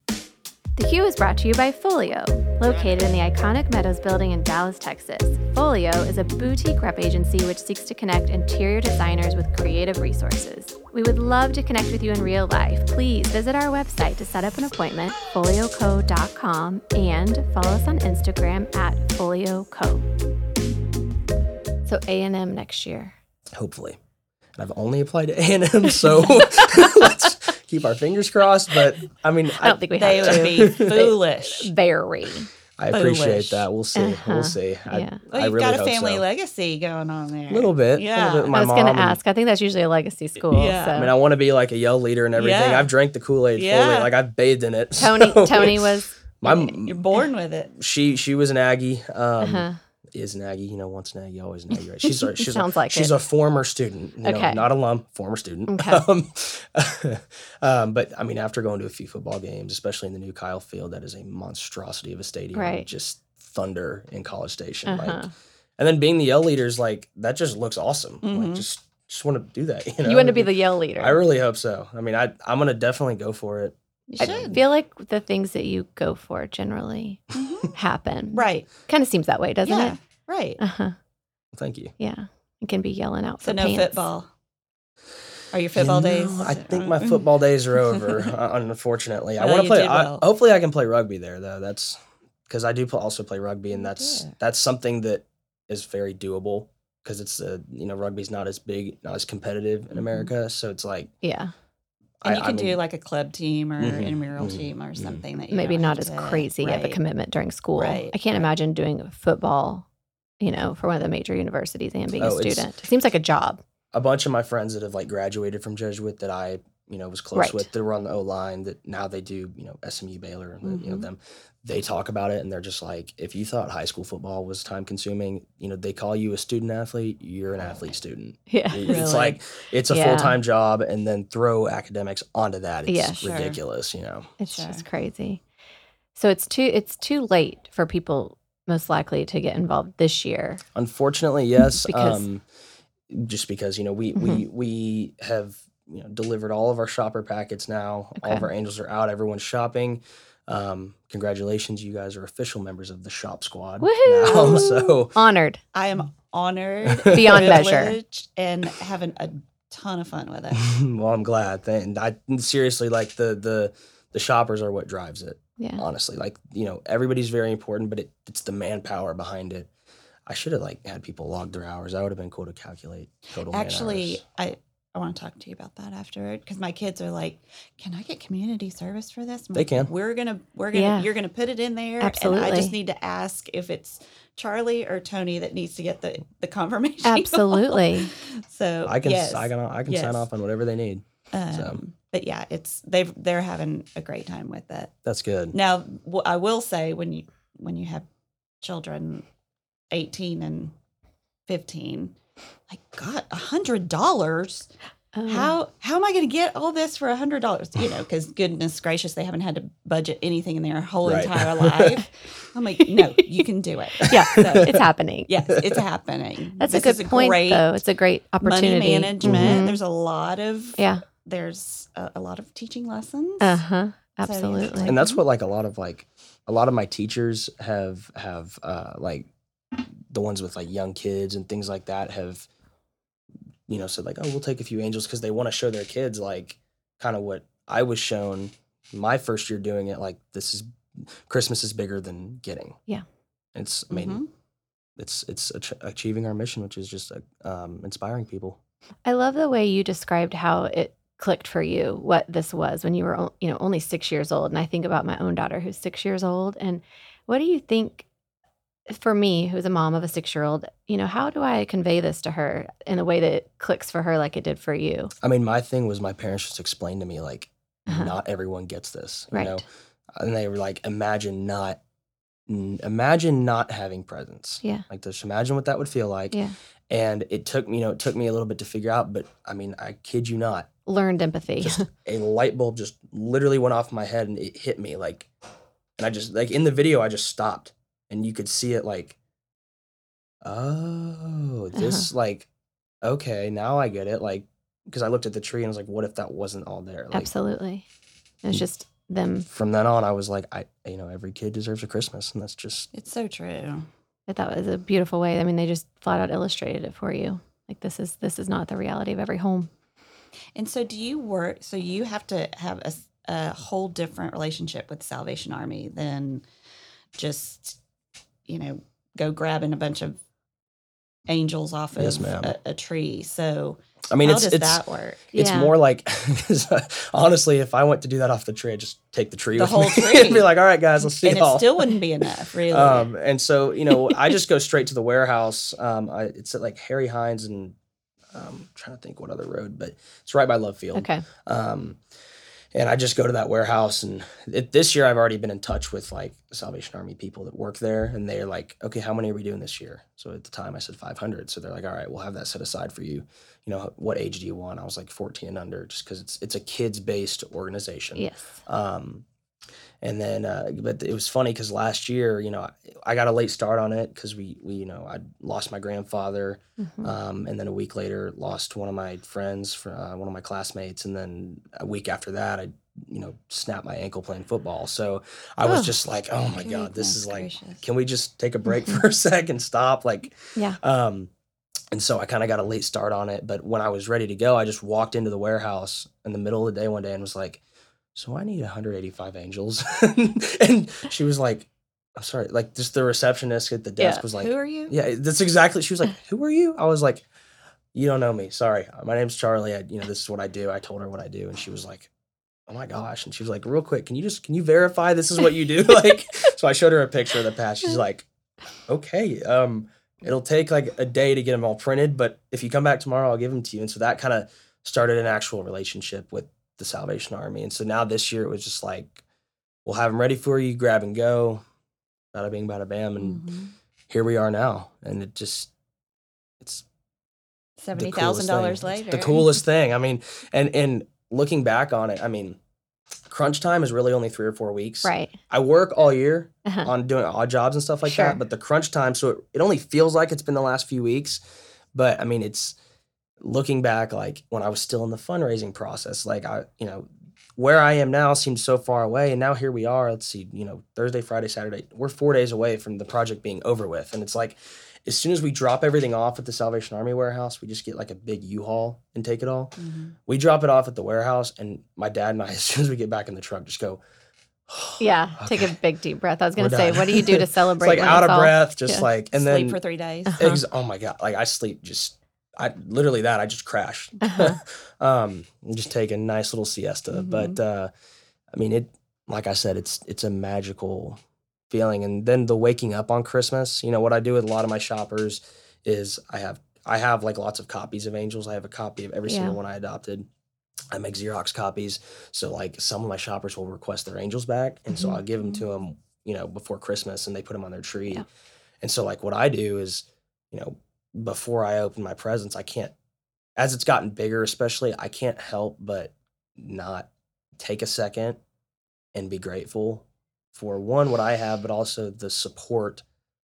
Speaker 1: The Hue is brought to you by Folio, located in the iconic Meadows building in Dallas, Texas. Folio is a boutique rep agency which seeks to connect interior designers with creative resources. We would love to connect with you in real life. Please visit our website to set up an appointment, folioco.com, and follow us on Instagram at folioco. So A&M next year.
Speaker 3: hopefully. And I've only applied to A&M, so let's keep our fingers crossed. But I mean,
Speaker 1: I don't
Speaker 3: I,
Speaker 1: think we
Speaker 4: They
Speaker 1: have
Speaker 4: would
Speaker 1: to.
Speaker 4: be foolish.
Speaker 1: Very.
Speaker 3: I appreciate
Speaker 4: foolish.
Speaker 3: that. We'll see.
Speaker 1: Uh-huh.
Speaker 3: We'll see. I,
Speaker 1: Yeah.
Speaker 4: Well,
Speaker 3: I
Speaker 4: you've
Speaker 3: really
Speaker 4: got a
Speaker 3: hope
Speaker 4: family
Speaker 3: so.
Speaker 4: legacy going on there.
Speaker 3: A little bit.
Speaker 4: Yeah.
Speaker 3: little bit. My
Speaker 1: I was
Speaker 3: mom
Speaker 1: going to
Speaker 3: and-
Speaker 1: ask. I think that's usually a legacy school.
Speaker 4: Yeah.
Speaker 1: So.
Speaker 3: I mean, I want to be like a yell leader and everything.
Speaker 4: Yeah.
Speaker 3: I've drank the Kool Aid fully.
Speaker 4: Yeah.
Speaker 3: Like I've bathed in it.
Speaker 1: Tony
Speaker 3: so-
Speaker 1: Tony was
Speaker 3: my
Speaker 4: You're born with it.
Speaker 3: she she was an Aggie. Um,
Speaker 1: uh-huh.
Speaker 3: Is an Aggie. You know, once an Aggie, always an Aggie. Right? She's a, she's a
Speaker 1: sounds like
Speaker 3: she's
Speaker 1: it.
Speaker 3: a former student, you know,
Speaker 1: Okay.
Speaker 3: not alum, former student.
Speaker 1: Okay.
Speaker 3: Um, um, but I mean, after going to a few football games, especially in the new Kyle Field, that is a monstrosity of a stadium.
Speaker 1: Right.
Speaker 3: Just thunder in College Station.
Speaker 1: Uh-huh.
Speaker 3: Like, and then being the L leaders, like that just looks awesome. Like
Speaker 4: Mhm.
Speaker 3: just just want to do that. You,
Speaker 1: Mm-hmm. You,
Speaker 3: know?
Speaker 1: want to be the yell leader.
Speaker 3: I really hope so. I mean, I I'm gonna definitely go for it.
Speaker 4: You
Speaker 1: I
Speaker 4: should.
Speaker 1: feel like the things that you go for generally
Speaker 4: Mhm.
Speaker 1: happen.
Speaker 4: Right.
Speaker 1: Kind of seems that way, doesn't
Speaker 4: yeah.
Speaker 1: it?
Speaker 4: Right.
Speaker 1: Uh huh.
Speaker 3: Thank you.
Speaker 1: Yeah. You can be yelling out
Speaker 4: So
Speaker 1: for
Speaker 4: no
Speaker 1: pants.
Speaker 4: football. Are your
Speaker 3: You
Speaker 4: football
Speaker 3: know,
Speaker 4: days? Mm-hmm.
Speaker 3: I think my football days are over. uh, unfortunately, I
Speaker 4: Well,
Speaker 3: want to
Speaker 4: you
Speaker 3: play.
Speaker 4: did
Speaker 3: I,
Speaker 4: well.
Speaker 3: Hopefully, I can play rugby there though. That's because I do pl- also play rugby, and
Speaker 4: You
Speaker 3: that's
Speaker 4: do.
Speaker 3: that's something that is very doable because it's uh, you know rugby's not as big, not as competitive in
Speaker 4: Mhm.
Speaker 3: America, so it's like
Speaker 1: Yeah.
Speaker 3: I-
Speaker 4: And you
Speaker 3: I
Speaker 4: could do
Speaker 3: mean-
Speaker 4: like a club team or
Speaker 3: Mhm,
Speaker 4: an intramural
Speaker 3: mhm,
Speaker 4: team or
Speaker 3: mhm.
Speaker 4: something that you
Speaker 1: Maybe
Speaker 4: don't
Speaker 1: not
Speaker 4: have
Speaker 1: as
Speaker 4: to-
Speaker 1: crazy of a
Speaker 4: Right.
Speaker 1: commitment during school.
Speaker 4: Right,
Speaker 1: I can't
Speaker 4: right.
Speaker 1: imagine doing football, you know, for one of the major universities and being
Speaker 3: Oh,
Speaker 1: a
Speaker 3: it's-
Speaker 1: student. It seems like a job.
Speaker 3: a bunch of my friends that have like graduated from Jesuit that I you know was close
Speaker 1: Right.
Speaker 3: with that were on the O line that now they do you know SMU Baylor and the- you
Speaker 1: Mm-hmm.
Speaker 3: know
Speaker 4: Mhm.
Speaker 3: them they talk about it and they're just like if you thought high school football was time consuming you know they call you a student athlete you're an athlete student
Speaker 1: Yeah.
Speaker 3: It-
Speaker 4: Really?
Speaker 3: it's like it's a
Speaker 1: Yeah.
Speaker 3: full-time job and then throw academics onto that it's
Speaker 1: Yeah, sure.
Speaker 3: ridiculous you know
Speaker 1: It's
Speaker 4: Sure.
Speaker 1: just crazy. So it's too it's too late for people most likely to get involved this year.
Speaker 3: Unfortunately, yes.
Speaker 1: Because- Mm-hmm.
Speaker 3: um, just because you know we we we have you know delivered all of our shopper packets now. All of
Speaker 1: Okay.
Speaker 3: our angels are out. Everyone's shopping. Um, congratulations, you guys are official members of the shop squad now.
Speaker 1: Woohoo!
Speaker 3: So
Speaker 1: Honored.
Speaker 4: I am honored,
Speaker 1: Beyond measure.
Speaker 4: privileged, and having a ton of fun with it.
Speaker 3: well, I'm glad. And I seriously like the the the shoppers are what drives it.
Speaker 1: Yeah.
Speaker 3: Honestly, like you know everybody's very important, but it, it's the manpower behind it. I should have like had people log their hours. That would have been cool to calculate total. man
Speaker 4: Actually,
Speaker 3: hours.
Speaker 4: I I want to talk to you about that afterward because my kids are like, "Can I get community service for this?" I'm
Speaker 3: They
Speaker 4: like,
Speaker 3: can.
Speaker 4: We're gonna we're gonna
Speaker 1: Yeah.
Speaker 4: you're gonna put it in there. And I
Speaker 1: Absolutely.
Speaker 4: just need to ask if it's Charlie or Tony that needs to get the the confirmation.
Speaker 1: Absolutely.
Speaker 4: so
Speaker 3: I can
Speaker 4: yes,
Speaker 3: I can I can
Speaker 4: Yes.
Speaker 3: sign off on whatever they need.
Speaker 4: Um,
Speaker 3: so.
Speaker 4: But yeah, it's they've they're having a great time with it.
Speaker 3: That's good.
Speaker 4: Now, w- I will say when you when you have children, eighteen and fifteen, like God, a hundred dollars.
Speaker 1: Oh,
Speaker 4: How how am I going to get all this for a hundred dollars? You know, because goodness gracious, they haven't had to budget anything in their whole
Speaker 3: Right.
Speaker 4: entire life. I'm like, no, you can do it.
Speaker 1: Yeah,
Speaker 4: So,
Speaker 1: it's happening.
Speaker 4: yes, it's happening.
Speaker 1: That's
Speaker 4: This
Speaker 1: a
Speaker 4: is
Speaker 1: good point,
Speaker 4: great
Speaker 1: though. It's a great
Speaker 4: Money
Speaker 1: opportunity.
Speaker 4: management.
Speaker 1: Mhm.
Speaker 4: There's a lot of
Speaker 1: Yeah.
Speaker 4: there's a, a lot of teaching lessons.
Speaker 1: Uh huh. Absolutely.
Speaker 3: and that's what like a lot of like a lot of my teachers have have uh like the ones with like young kids and things like that have you know said like oh we'll take a few angels because they want to show their kids like kind of what i was shown my first year doing it like this is christmas is bigger than getting
Speaker 1: Yeah.
Speaker 3: it's i mean
Speaker 4: Mhm.
Speaker 3: it's it's ach- achieving our mission which is just uh, um inspiring people
Speaker 1: I love the way you described how it clicked for you what this was when you were o- you know only 6 years old and I think about my own daughter who's 6 years old and what do you think for me who's a mom of a 6-year-old you know how do I convey this to her in a way that clicks for her like it did for you
Speaker 3: i mean my thing was my parents just explained to me like
Speaker 1: Uh-huh.
Speaker 3: not everyone gets this you
Speaker 1: right
Speaker 3: know and they were like imagine not n- imagine not having presents
Speaker 1: Yeah.
Speaker 3: like just imagine what that would feel like
Speaker 1: Yeah.
Speaker 3: and it took me you know it took me a little bit to figure out but i mean i kid you not
Speaker 1: learned empathy
Speaker 3: just a light bulb just literally went off my head and it hit me like and i just like in the video i just stopped and you could see it like oh this
Speaker 4: Uh-huh.
Speaker 3: like okay now i get it like because i looked at the tree and i was like what if that wasn't all there like Mm.
Speaker 1: absolutely it's just them
Speaker 3: from then on, I was like, I, you know, every kid deserves a Christmas, and that's just
Speaker 4: It's so true.
Speaker 1: that that was a beautiful way I mean they just flat out illustrated it for you like this is this is not the reality of every home
Speaker 4: And so, do you work? So you have to have a, s- a whole different relationship with Salvation Army than just, you know, go grabbing a bunch of angels off
Speaker 3: Yes,
Speaker 4: of
Speaker 3: ma'am.
Speaker 4: a, a tree. So,
Speaker 3: I mean,
Speaker 4: how
Speaker 3: it's
Speaker 4: does
Speaker 3: it's
Speaker 4: that work?
Speaker 3: it's
Speaker 1: Yeah.
Speaker 3: more like 'cause, uh, honestly, if I went to do that off the tree, I would just take the tree,
Speaker 4: The
Speaker 3: with
Speaker 4: whole
Speaker 3: me
Speaker 4: tree.
Speaker 3: and be like, all right, guys, let's see
Speaker 4: and
Speaker 3: y'all.
Speaker 4: it still wouldn't be enough, really.
Speaker 3: um, and so you know, I just go straight to the warehouse. Um, I, it's at like Harry Hines and um, I'm trying to think what other road, but it's right by Love Field.
Speaker 1: okay
Speaker 3: Um, and I just go to that warehouse. And it, this year, I've already been in touch with like Salvation Army people that work there. And they're like, okay, how many are we doing this year? So at the time, I said 500. So they're like, all right, we'll have that set aside for you. You know, what age do you want? I was like 14 and under, just because it's, it's a kids based organization.
Speaker 1: yes
Speaker 3: Um, and then, uh, but it was funny because last year, you know, I, I got a late start on it because we, we, you know, I lost my grandfather.
Speaker 1: Mhm.
Speaker 3: Um, and then a week later, lost one of my friends, fr- uh, one of my classmates, and then a week after that, I, you know, snapped my ankle playing football. So I
Speaker 1: Oh.
Speaker 3: was just like, oh my god, this is like,
Speaker 4: Goodness gracious.
Speaker 3: can we just take a break for a second, stop, like,
Speaker 1: Mm-hmm. Yeah.
Speaker 3: Um, and so I kind of got a late start on it, but when I was ready to go, I just walked into the warehouse in the middle of the day one day and was like, so I need 185 angels, and she was like, I'm sorry, like just the receptionist at the desk
Speaker 1: Yeah,
Speaker 3: was like,
Speaker 4: Who are you?
Speaker 3: yeah, that's exactly. She was like, "Who are you?" I was like, "You don't know me. Sorry. My name's Charlie. I, you know, this is what I do." I told her what I do, and she was like, "Oh my gosh!" And she was like, "Real quick, can you just can you verify this is what you do?" like, so I showed her a picture of the patch. She's like, "Okay, um, it'll take like a day to get them all printed, but if you come back tomorrow, I'll give them to you." And so that kind of started an actual relationship with the Salvation Army. And so now this year it was just like, "We'll have them ready for you. Grab and go." Bada bing, bada bam, and
Speaker 4: Mhm.
Speaker 3: here we are now and it just it's the
Speaker 4: Seventy
Speaker 3: coolest
Speaker 4: thousand
Speaker 3: thing.
Speaker 4: dollars
Speaker 3: It's
Speaker 4: later.
Speaker 3: the coolest thing i mean and and looking back on it i mean crunch time is really only three or four weeks
Speaker 1: right
Speaker 3: i work all year
Speaker 1: Uh-huh.
Speaker 3: on doing odd jobs and stuff like
Speaker 1: Sure.
Speaker 3: that but the crunch time so it, it only feels like it's been the last few weeks but i mean it's looking back like when i was still in the fundraising process like i you know where i am now seems so far away and now here we are let's see you know thursday friday saturday we're four days away from the project being over with and it's like as soon as we drop everything off at the salvation army warehouse we just get like a big u-haul and take it all
Speaker 4: Mhm.
Speaker 3: we drop it off at the warehouse and my dad and i as soon as we get back in the truck just go
Speaker 1: Yeah, take a
Speaker 3: Okay.
Speaker 1: big deep breath. I was going
Speaker 3: We're
Speaker 1: to say,
Speaker 3: done.
Speaker 1: what do you do to
Speaker 3: it's
Speaker 1: celebrate?
Speaker 3: like
Speaker 1: when
Speaker 3: out
Speaker 1: it's
Speaker 3: of
Speaker 1: all-
Speaker 3: breath just
Speaker 1: yeah.
Speaker 3: like and
Speaker 4: Sleep
Speaker 3: then
Speaker 4: for three days.
Speaker 1: Uh-huh.
Speaker 3: Ex- oh my god! Like I sleep just, I literally that I just crash.
Speaker 1: Uh-huh.
Speaker 3: um, and just take a nice little siesta.
Speaker 1: Mm-hmm.
Speaker 3: But uh, I mean, it like I said, it's it's a magical feeling. And then the waking up on Christmas. You know what I do with a lot of my shoppers is I have I have like lots of copies of Angels. I have a copy of every
Speaker 1: Yeah.
Speaker 3: single one I adopted. I make Xerox copies, so like some of my shoppers will request their Angels back, and so
Speaker 1: Mhm.
Speaker 3: I'll give them to them. You know, before Christmas, and they put them on their tree.
Speaker 1: Yeah.
Speaker 3: And so, like, what I do is you know, before I open my presents, I can't, as it's gotten bigger, especially, I can't help but not take a second and be grateful for one, what I have, but also the support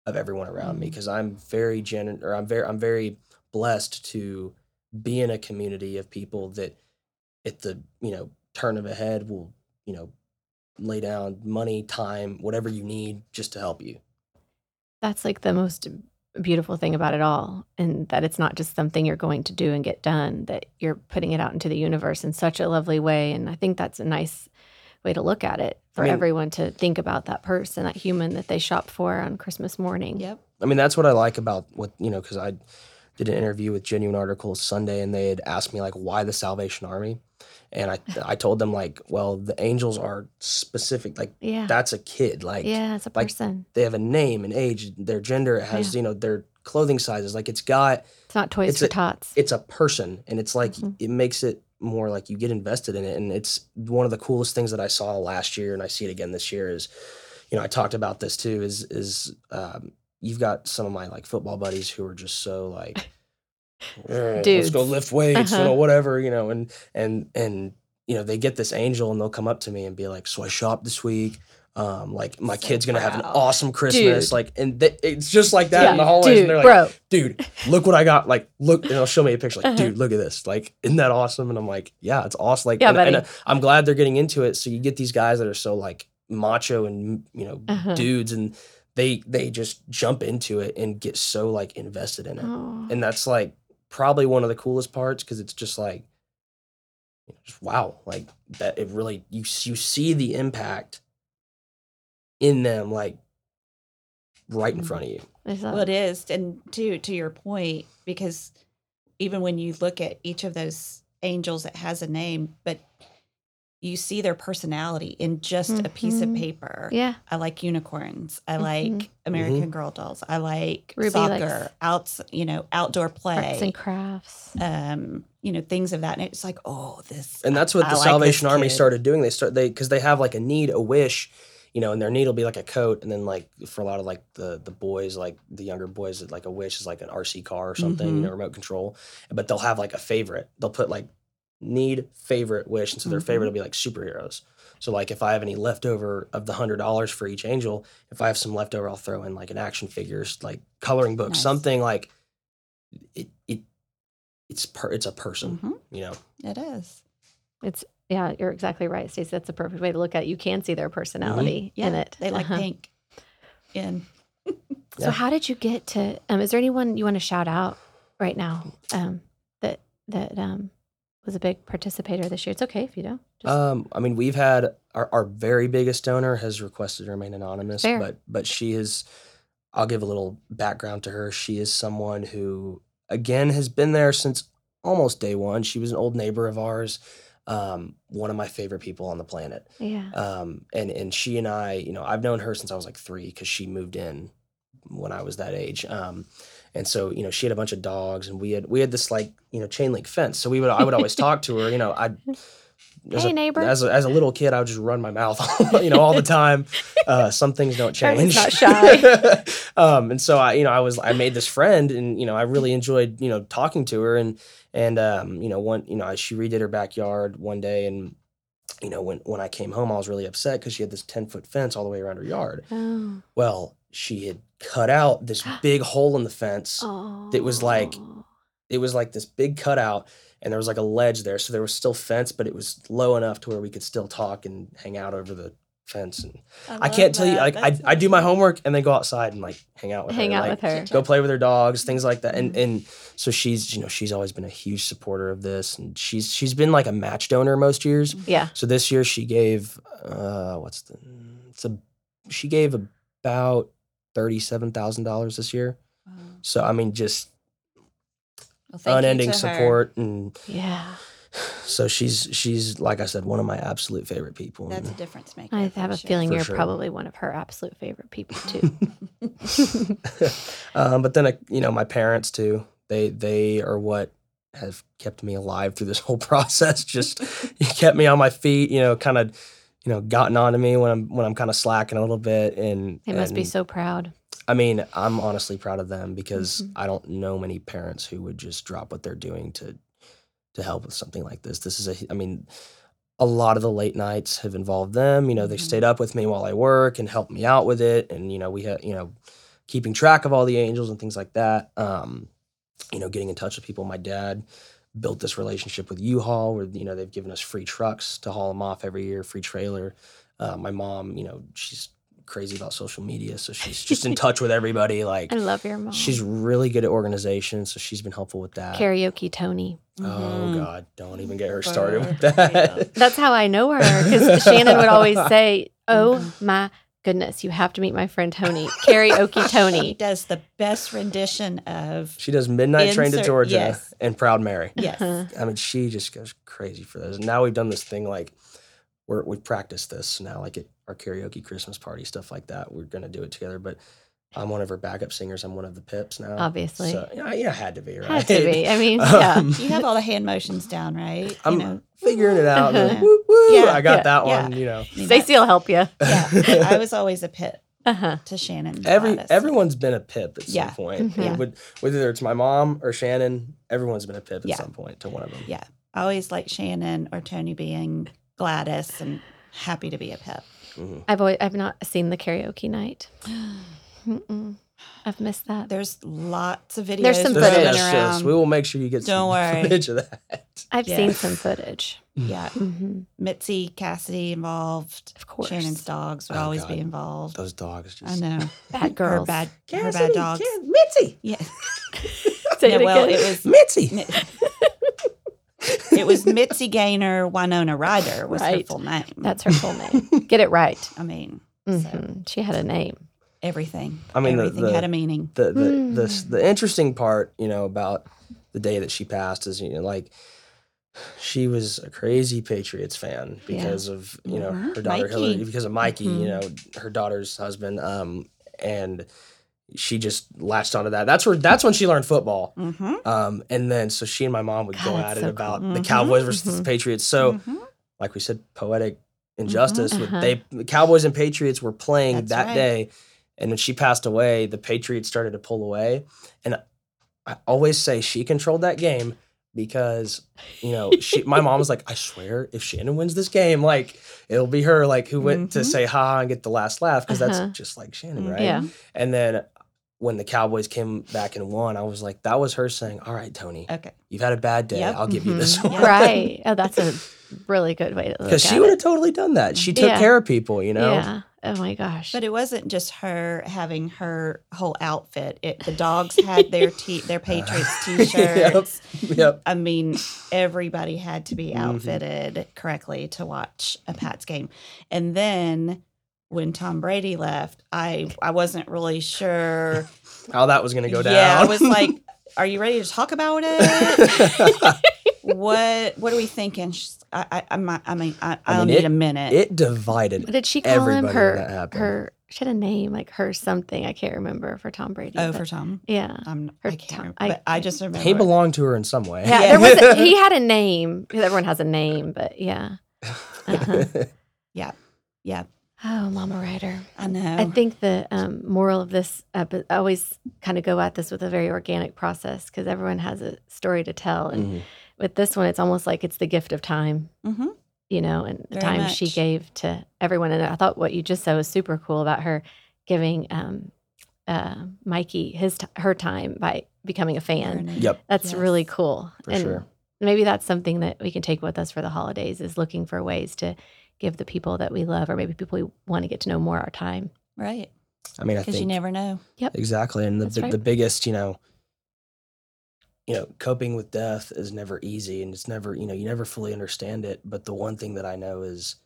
Speaker 3: of everyone around me.
Speaker 4: Mhm.
Speaker 3: Cause I'm very gen or I'm very, I'm very blessed to be in a community of people that at the, you know, turn of a head will, you know, lay down money, time, whatever you need just to help you.
Speaker 1: That's like the most beautiful thing about it all. And that it's not just something you're going to do and get done, that you're putting it out into the universe in such a lovely way. And I think that's a nice way to look at it for
Speaker 3: mean-
Speaker 1: everyone to think about that person, that human that they shop for on Christmas morning.
Speaker 4: Yep.
Speaker 3: I mean, that's what I like about what, you know, because I did an interview with Genuine Articles Sunday and they had asked me, like, why the Salvation Army? And I, I told them, like, well, the angels are specific. Like,
Speaker 1: Yeah.
Speaker 3: that's a kid. Like,
Speaker 1: yeah, as a
Speaker 3: like-
Speaker 1: person.
Speaker 3: they have a name, an age, their gender. It has, you know, their clothing sizes. Like, it's got,
Speaker 1: It's not toys
Speaker 3: it's
Speaker 1: for
Speaker 3: a-
Speaker 1: tots.
Speaker 3: it's a person. And it's like,
Speaker 1: Mhm.
Speaker 3: it makes it more like you get invested in it. And it's one of the coolest things that I saw last year. And I see it again this year is, you know, I talked about this too is, is, um, you've got some of my like football buddies who are just so like, "Eh, let's go
Speaker 1: Dudes.
Speaker 3: lift weights
Speaker 1: Uh-huh.
Speaker 3: or whatever, you know, and, and, and, you know, they get this angel and they'll come up to me and be like, so I shopped this week. Um, like my
Speaker 4: So
Speaker 3: kid's gonna have an
Speaker 4: proud.
Speaker 3: awesome Christmas,
Speaker 1: Dude.
Speaker 3: like, and th- it's just like that in the hallways.
Speaker 1: dude,
Speaker 3: and they're like,
Speaker 1: bro.
Speaker 3: dude, look what I got. Like, look, and they'll show me a picture, like,
Speaker 1: Uh-huh.
Speaker 3: dude, look at this. Like, isn't that awesome? And I'm like, yeah, it's awesome. Like,
Speaker 1: Yeah,
Speaker 3: and, and
Speaker 1: buddy.
Speaker 3: I'm glad they're getting into it. So you get these guys that are so like macho and, you know,
Speaker 1: Uh-huh.
Speaker 3: dudes, and they, they just jump into it and get so like invested in it.
Speaker 1: Oh.
Speaker 3: And that's like probably one of the coolest parts because it's just like, you know, just wow, like that it really, you, s- you see the impact in them, like right in
Speaker 1: Mhm.
Speaker 3: front of you.
Speaker 1: There's a-
Speaker 4: Well, it is, and to to your point, because even when you look at each of those angels, it has a name, but you see their personality in just a piece of
Speaker 1: Mhm.
Speaker 4: paper.
Speaker 1: yeah.
Speaker 4: I like unicorns. I
Speaker 1: Mhm.
Speaker 4: like American
Speaker 3: Mm-hmm.
Speaker 4: Girl dolls. I like
Speaker 1: Ruby likes-
Speaker 4: soccer, outs, you know, outdoor
Speaker 1: Arts and
Speaker 4: play,
Speaker 1: crafts.
Speaker 4: um, you know, things of that. And it's like, oh, this.
Speaker 3: and that's what
Speaker 4: I
Speaker 3: the
Speaker 4: like this
Speaker 3: Salvation Army
Speaker 4: kid.
Speaker 3: started doing. They start they because they have like a need, a wish, you know, and their need will be like a coat, and then like for a lot of like the the boys, like the younger boys, that like a wish is like an RC car or something,
Speaker 4: Mm-hmm.
Speaker 3: you know, remote control. But they'll have like a favorite. They'll put like need, favorite, wish, and so their
Speaker 4: Mm-hmm.
Speaker 3: favorite will be like superheroes. So like if I have any leftover of the hundred dollars for each angel, if I have some leftover, I'll throw in like an action figures, like coloring book,
Speaker 4: Nice.
Speaker 3: something like it. it it's per, it's a person,
Speaker 4: Mhm,
Speaker 3: you know.
Speaker 4: it is.
Speaker 1: Yeah, you're exactly right, Stacey. That's the perfect way to look at it. You can see their personality
Speaker 4: Mm-hmm. Yeah,
Speaker 1: in it.
Speaker 4: They like
Speaker 1: Uh-huh.
Speaker 4: pink. And
Speaker 1: So
Speaker 3: Yeah.
Speaker 1: how did you get to um is there anyone you want to shout out right now um that that um was a big participator this year? It's okay if you don't. Just
Speaker 3: Um, I mean, we've had our, our very biggest donor has requested to remain anonymous,
Speaker 1: Fair.
Speaker 3: but but she is. I'll give a little background to her. She is someone who, again, has been there since almost day one. She was an old neighbor of ours, um, one of my favorite people on the planet
Speaker 1: yeah.
Speaker 3: um, and and she and I, you know, I've known her since I was like three because she moved in when I was that age. Um, and so you know, she had a bunch of dogs, and we had we had this like you know chain link fence. So we would I would always talk to her. You know, I as
Speaker 1: Hey,
Speaker 3: a,
Speaker 1: neighbor.
Speaker 3: As a, as a little kid, I would just run my mouth, you know, all the time. Uh, some things don't
Speaker 1: Charlie's
Speaker 3: change.
Speaker 1: not shy.
Speaker 3: um, and so I, you know, I was I made this friend, and you know, I really enjoyed you know talking to her, and and um, you know, one you know, I- she redid her backyard one day, and you know, when when I came home, I was really upset because she had this ten foot fence all the way around her yard.
Speaker 1: Oh.
Speaker 3: Well, she had cut out this big hole in the fence. That was like-
Speaker 1: Oh.
Speaker 3: It was like this big cutout, and there was like a ledge there, so there was still fence, but it was low enough to where we could still talk and hang out over the fence. And I, can't tell you, like I, I do my homework and then go outside and like hang out with
Speaker 1: hang
Speaker 3: her,
Speaker 1: out
Speaker 3: like,
Speaker 1: with her. Mm-hmm.
Speaker 3: go play with her dogs, things like that. And and so she's you know she's always been a huge supporter of this, and she's she's been like a match donor most years.
Speaker 1: Yeah.
Speaker 3: So this year she gave uh what's the it's a she gave about thirty seven thousand dollars this year. So I mean just unending support and
Speaker 1: Yeah.
Speaker 3: so she's she's like I said, one of my absolute favorite people.
Speaker 4: That's a
Speaker 3: And
Speaker 4: difference maker.
Speaker 1: I have a
Speaker 4: sure.
Speaker 1: feeling
Speaker 3: For
Speaker 1: you're
Speaker 3: sure.
Speaker 1: probably one of her absolute favorite people too.
Speaker 3: um but then I, you know, my parents too, they they are what have kept me alive through this whole process. Just kept me on my feet, you know, kind of you know, gotten onto me when I'm when I'm kind of slacking a little bit, and
Speaker 1: They must be
Speaker 3: and-
Speaker 1: so proud.
Speaker 3: I mean, I'm honestly proud of them because I don't know many parents who would just drop what they're doing to to help with something like this. This is a I mean, a lot of the late nights have involved them. You know, they
Speaker 4: Mhm.
Speaker 3: stayed up with me while I work and helped me out with it and you know, we had, you know, keeping track of all the angels and things like that. Um, you know, getting in touch with people. My dad built this relationship with U-Haul where you know, they've given us free trucks to haul them off every year, free trailer. Uh, my mom, you know, she's crazy about social media, so she's just in touch with everybody. Like,
Speaker 1: I love your mom.
Speaker 3: she's really good at organization, so she's been helpful with that.
Speaker 1: karaoke Tony.
Speaker 3: Oh
Speaker 1: Mm-hmm.
Speaker 3: God, don't even get her
Speaker 4: Burn.
Speaker 3: started with that.
Speaker 1: That's how I know her because Shannon would always say, "Oh my goodness, you have to meet my friend Tony, karaoke
Speaker 4: He
Speaker 1: Tony."
Speaker 4: does the best rendition of
Speaker 3: She does Midnight Train to
Speaker 4: Insert-
Speaker 3: Georgia
Speaker 4: yes.
Speaker 3: and Proud Mary.
Speaker 4: yes.
Speaker 3: I mean, she just goes crazy for those. And now we've done this thing like we're, we practiced this now, like at our karaoke Christmas party, stuff like that. We're going to do it together. But I'm one of her backup singers. I'm one of the pips now.
Speaker 1: Obviously,
Speaker 3: So, yeah, yeah, had to be, right?
Speaker 1: had to be. I mean, yeah.
Speaker 3: Um,
Speaker 4: You have all the hand motions down, right? You
Speaker 3: I'm
Speaker 4: know,
Speaker 3: figuring it out.
Speaker 1: Uh-huh.
Speaker 3: like, woo, woo,
Speaker 4: Yeah,
Speaker 3: I got
Speaker 1: yeah,
Speaker 3: that
Speaker 4: yeah.
Speaker 3: one, you know.
Speaker 4: I mean,
Speaker 1: Stacy will help you.
Speaker 4: that- yeah. I was always a pit
Speaker 1: Uh-huh.
Speaker 4: to Shannon.
Speaker 3: Every
Speaker 4: Gladys.
Speaker 3: everyone's been a pip at
Speaker 4: Yeah.
Speaker 3: some point.
Speaker 1: Mhm.
Speaker 3: It would- whether it's my mom or Shannon, everyone's been a pip at
Speaker 4: Yeah.
Speaker 3: some point to one of them.
Speaker 4: Yeah. I always like Shannon or Tony being Gladys and happy to be a pit.
Speaker 3: Mhm.
Speaker 1: I've always, I've not seen the karaoke night. Mm-mm. I've missed that.
Speaker 4: There's lots of videos.
Speaker 1: There's some
Speaker 3: There's
Speaker 4: floating
Speaker 1: footage.
Speaker 3: yes, yes,
Speaker 4: around.
Speaker 3: we will make sure you get
Speaker 4: um, Don't
Speaker 3: some
Speaker 4: worry.
Speaker 3: footage of that.
Speaker 1: I've
Speaker 4: Yeah.
Speaker 1: seen some footage.
Speaker 4: Yeah.
Speaker 1: hmm
Speaker 4: Mitzi Cassidy involved.
Speaker 1: Of course.
Speaker 4: Mm-hmm. Shannon's dogs would
Speaker 3: Oh,
Speaker 4: always
Speaker 3: God.
Speaker 4: be involved.
Speaker 3: Those dogs just
Speaker 4: I know.
Speaker 1: Bad
Speaker 4: Her
Speaker 1: girls.
Speaker 4: bad, her bad
Speaker 3: Cassidy,
Speaker 4: dogs.
Speaker 3: Cass- Mitzi,
Speaker 4: Yeah.
Speaker 1: Say
Speaker 4: Yeah,
Speaker 1: it
Speaker 4: well,
Speaker 1: again.
Speaker 4: it was
Speaker 3: Mitzi.
Speaker 4: it was Mitzi Gaynor Winona Ryder was her
Speaker 1: Right.
Speaker 4: full name.
Speaker 1: That's her full name. Get it right.
Speaker 4: I mean
Speaker 1: Mhm. She had a name.
Speaker 4: everything.
Speaker 3: I mean, the-
Speaker 4: everything
Speaker 3: the-
Speaker 4: had a meaning.
Speaker 3: The the, the s-
Speaker 1: Hmm.
Speaker 3: the interesting part, you know, about the day that she passed is you know like she was a crazy Patriots fan
Speaker 1: Yeah.
Speaker 3: because of you know
Speaker 4: Mhm.
Speaker 3: her daughter
Speaker 4: Mikey. Mm-hmm.
Speaker 3: Hillary because of Mikey, you know,
Speaker 1: Mhm.
Speaker 3: her daughter's husband, um, and she just latched onto that. That's where that's when she learned football.
Speaker 4: Mm-hmm.
Speaker 3: Um, and then so she and my mom would
Speaker 1: God,
Speaker 3: go
Speaker 1: that's
Speaker 3: at
Speaker 1: so
Speaker 3: it about
Speaker 4: cool.
Speaker 3: the
Speaker 4: Mhm,
Speaker 3: Cowboys versus the
Speaker 1: mhm.
Speaker 3: Patriots. So
Speaker 4: mm-hmm.
Speaker 3: like we said, poetic injustice. with
Speaker 1: Uh-huh.
Speaker 3: They the Cowboys and Patriots were playing
Speaker 4: That's
Speaker 3: that
Speaker 4: right.
Speaker 3: day, and when she passed away, the Patriots started to pull away. And I always say she controlled that game because you know she, my mom was like, I swear, if Shannon wins this game, like it'll be her, like who went to
Speaker 4: Mhm.
Speaker 3: say ha and get the last laugh because
Speaker 1: Uh-huh.
Speaker 3: that's just like
Speaker 4: Mm,
Speaker 3: Shannon, right?
Speaker 1: Yeah.
Speaker 3: And then. When the Cowboys came back and won, I was like, "That was her saying, all right, Tony,
Speaker 4: Okay.
Speaker 3: you've had a bad day.
Speaker 4: Yep.
Speaker 3: I'll give you this
Speaker 4: Mhm.
Speaker 3: one.'
Speaker 4: Yeah.
Speaker 1: Right. Oh, that's a really good way to look at
Speaker 3: because she would
Speaker 1: Oh, it.
Speaker 3: have totally done that. She took
Speaker 1: Yeah.
Speaker 3: care of people, you know.
Speaker 1: Yeah. Oh my gosh.
Speaker 4: But it wasn't just her having her whole outfit. It the dogs had their t their Patriots
Speaker 3: Yep.
Speaker 4: t-shirts.
Speaker 3: Yep.
Speaker 4: I mean, everybody had to be
Speaker 3: Mhm.
Speaker 4: outfitted correctly to watch a Pats game. And then when Tom Brady left, I I wasn't really sure.
Speaker 3: How that was going to go down.
Speaker 4: Yeah, I was like, "Are you ready to talk about it? what What are we thinking?" She's, I, I I might- I mean, I,
Speaker 3: I
Speaker 4: I'll
Speaker 3: mean,
Speaker 4: need
Speaker 3: it-
Speaker 4: a minute.
Speaker 3: it divided.
Speaker 1: What did she call him?
Speaker 3: everybody when that
Speaker 1: Her,
Speaker 3: happened.
Speaker 1: her, she had a name like her something. I can't remember for Tom Brady.
Speaker 4: oh,
Speaker 1: but-
Speaker 4: for Tom,
Speaker 1: yeah.
Speaker 4: I'm,
Speaker 1: Her
Speaker 4: I can't.
Speaker 1: Tom-
Speaker 4: remember,
Speaker 1: I-
Speaker 4: but I just remember
Speaker 3: He belonged to her in some way.
Speaker 1: Yeah.
Speaker 4: Yeah.
Speaker 1: There was a, he had a name 'cause everyone has a name, but yeah. Uh-huh. Oh, Mama Ryder.
Speaker 4: I know.
Speaker 3: Oh.
Speaker 1: I think the um, moral of this, epi- I always kind of go at this with a very organic process because everyone has a story to tell. And
Speaker 3: Mhm.
Speaker 1: with this one, it's almost like it's the gift of time,
Speaker 4: hmm
Speaker 1: you know, and the
Speaker 4: Very
Speaker 1: time she
Speaker 4: much.
Speaker 1: gave to everyone. And I thought what you just said was super cool about her giving um, uh, Mikey his t- her time by becoming a fan.
Speaker 3: Yep.
Speaker 1: That's really
Speaker 4: Yes.
Speaker 1: cool.
Speaker 3: For
Speaker 1: and
Speaker 3: sure.
Speaker 1: maybe that's something that we can take with us for the holidays is looking for ways to give the people that we love or maybe people we want to get to know more our time.
Speaker 4: right?
Speaker 3: I mean, I
Speaker 4: Because you
Speaker 3: think
Speaker 4: never know.
Speaker 3: exactly, and the
Speaker 1: That's
Speaker 3: the,
Speaker 1: right.
Speaker 3: the biggest, you know, you know, coping with death is never easy, and it's never, you know, you never fully understand it. But the one thing that I know is,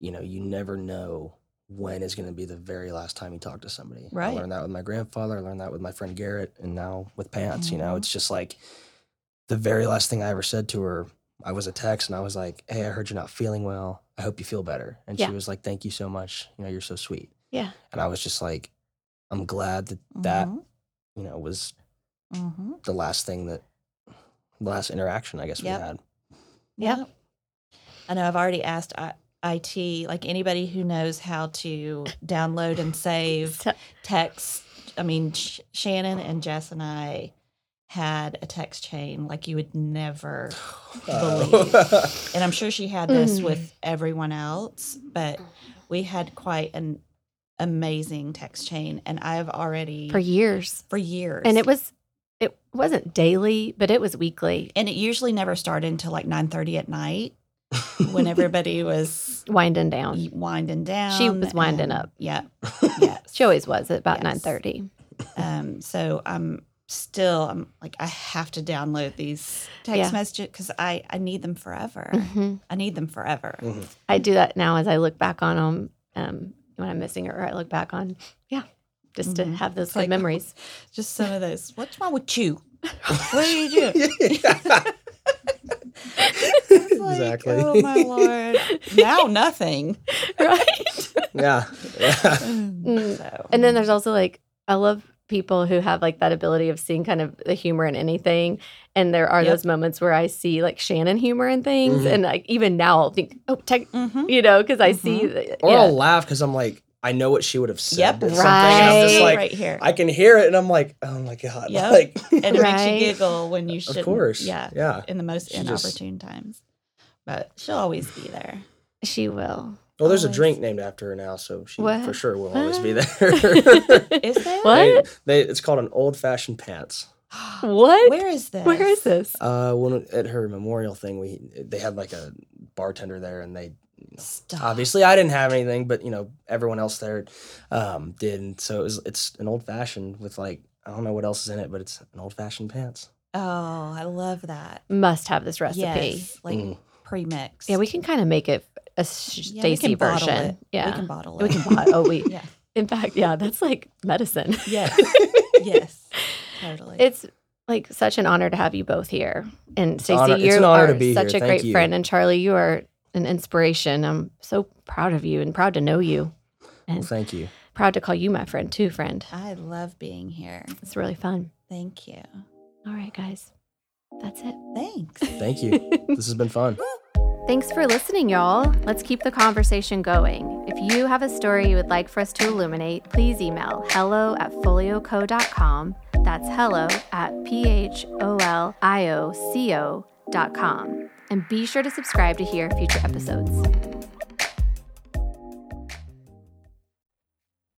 Speaker 3: you know, you never know when is going to be the very last time you talk to somebody. I
Speaker 4: Right.
Speaker 3: learned that with my grandfather. I learned that with my friend Garrett, and now with Pants. You
Speaker 1: Mm-hmm.
Speaker 3: know,
Speaker 4: Mhm.
Speaker 3: it's just like the very last thing I ever said to her. I was a text, and I was like, "Hey, I heard you're not feeling well. I hope you feel better." And
Speaker 1: Yeah.
Speaker 3: she was like, "Thank you so much. You know, you're so sweet."
Speaker 1: Yeah.
Speaker 3: and I was just like, I'm glad that that
Speaker 4: Mhm.
Speaker 3: you know was
Speaker 4: Mhm.
Speaker 3: the last thing that the last interaction I guess
Speaker 4: Yep.
Speaker 3: we had.
Speaker 1: Yep.
Speaker 4: Yep. I know I've already asked I- IT, like anybody who knows how to download and save
Speaker 1: So-
Speaker 4: text. I mean, Sh- Shannon and Jess and I had a text chain like you would never. Believe. And I'm sure she had this
Speaker 1: Mm.
Speaker 4: with everyone else, but we had quite an amazing text chain. And I've already,
Speaker 1: for years.
Speaker 4: for years.
Speaker 1: And it was it wasn't daily, but it was weekly.
Speaker 4: and it usually never started until like 9.30 at night when everybody was
Speaker 1: winding down.
Speaker 4: winding down.
Speaker 1: She was winding
Speaker 4: and-
Speaker 1: up.
Speaker 4: Yeah. Yeah.
Speaker 1: She always was at about
Speaker 4: Yes.
Speaker 1: nine thirty.
Speaker 4: um, so I'm still I'm like I have to download these text
Speaker 1: Yeah. Mm-hmm.
Speaker 4: messages because I I need them forever. I need them forever.
Speaker 3: Mhm.
Speaker 1: I do that now as I look back on them um, when I'm missing her, or I look back on, yeah, just to
Speaker 4: Mhm.
Speaker 1: have those
Speaker 4: It's
Speaker 1: good
Speaker 4: like-
Speaker 1: memories.
Speaker 4: Just some of those. What's wrong with you? What do you do? It's like,
Speaker 3: exactly.
Speaker 4: oh my lord. Now nothing.
Speaker 1: right.
Speaker 3: yeah. yeah.
Speaker 1: Mm.
Speaker 4: So-
Speaker 1: And then there's also like, I love people who have like that ability of seeing kind of the humor in anything. And there are
Speaker 4: Yep.
Speaker 1: those moments where I see like Shannon humor in things.
Speaker 3: Mhm.
Speaker 1: And like, even now I'll think, oh, tech,
Speaker 4: Mhm.
Speaker 1: you know, because I see,
Speaker 4: Mm-hmm.
Speaker 1: the-
Speaker 3: Or
Speaker 1: yeah.
Speaker 3: I'll laugh because I'm like, I know what she would have said.
Speaker 4: Yep.
Speaker 3: or something, And I'm just
Speaker 1: Right.
Speaker 3: like,
Speaker 4: right here.
Speaker 3: I can hear it, and I'm like, oh my god,
Speaker 4: Yep.
Speaker 3: like,
Speaker 4: and it makes
Speaker 1: Right.
Speaker 4: you giggle when you should
Speaker 3: of course,
Speaker 4: Yeah.
Speaker 3: yeah.
Speaker 4: In the most
Speaker 3: She just-
Speaker 4: inopportune times. But she'll always be there.
Speaker 1: she will.
Speaker 3: Well, there's a
Speaker 4: Always.
Speaker 3: drink named after her now, so she
Speaker 1: What?
Speaker 3: for sure will always be
Speaker 1: What?
Speaker 3: there.
Speaker 4: Is there?
Speaker 1: What?
Speaker 3: They, they, it's called an old fashioned pants.
Speaker 1: What?
Speaker 4: Where is this?
Speaker 1: Where is this?
Speaker 3: Uh, when at her memorial thing, we they had like a bartender there, and they
Speaker 4: Stop.
Speaker 3: obviously I didn't have anything, but you know everyone else there um, did, and so it was, it's an old fashioned with like I don't know what else is in it, but it's an old fashioned pants.
Speaker 4: Oh, I love that.
Speaker 1: Must have this recipe.
Speaker 4: Yes, like
Speaker 3: Mm.
Speaker 4: pre-mixed.
Speaker 1: Yeah, we can kind of make it a
Speaker 4: Yeah, we
Speaker 1: Stacy
Speaker 4: can bottle
Speaker 1: version.
Speaker 4: it.
Speaker 1: Yeah.
Speaker 4: we can bottle it.
Speaker 1: We can bot- oh, we.
Speaker 4: yeah.
Speaker 1: In fact, yeah, that's like medicine.
Speaker 4: Yes. yes. Totally.
Speaker 1: It's like such an honor to have you both here. And
Speaker 3: an honor-
Speaker 1: Stacy,
Speaker 3: it's
Speaker 1: you
Speaker 3: an honor
Speaker 1: are
Speaker 3: to be
Speaker 1: such
Speaker 3: here.
Speaker 1: a
Speaker 3: Thank
Speaker 1: great
Speaker 3: you.
Speaker 1: friend, and Charlie, you are an inspiration. I'm so proud of you and proud to know you,
Speaker 3: Well,
Speaker 1: and
Speaker 3: thank you.
Speaker 1: proud to call you my friend too. Friend,
Speaker 4: I love being here.
Speaker 1: it's really fun.
Speaker 4: Thank you.
Speaker 1: All right, guys, that's it.
Speaker 4: Thanks.
Speaker 3: Thank you. this has been fun.
Speaker 1: Thanks for listening, y'all. Let's keep the conversation going. If you have a story you would like for us to illuminate, please email hello at folioco.com. That's hello at P H O L I O C O dot com. And be sure to subscribe to hear future episodes.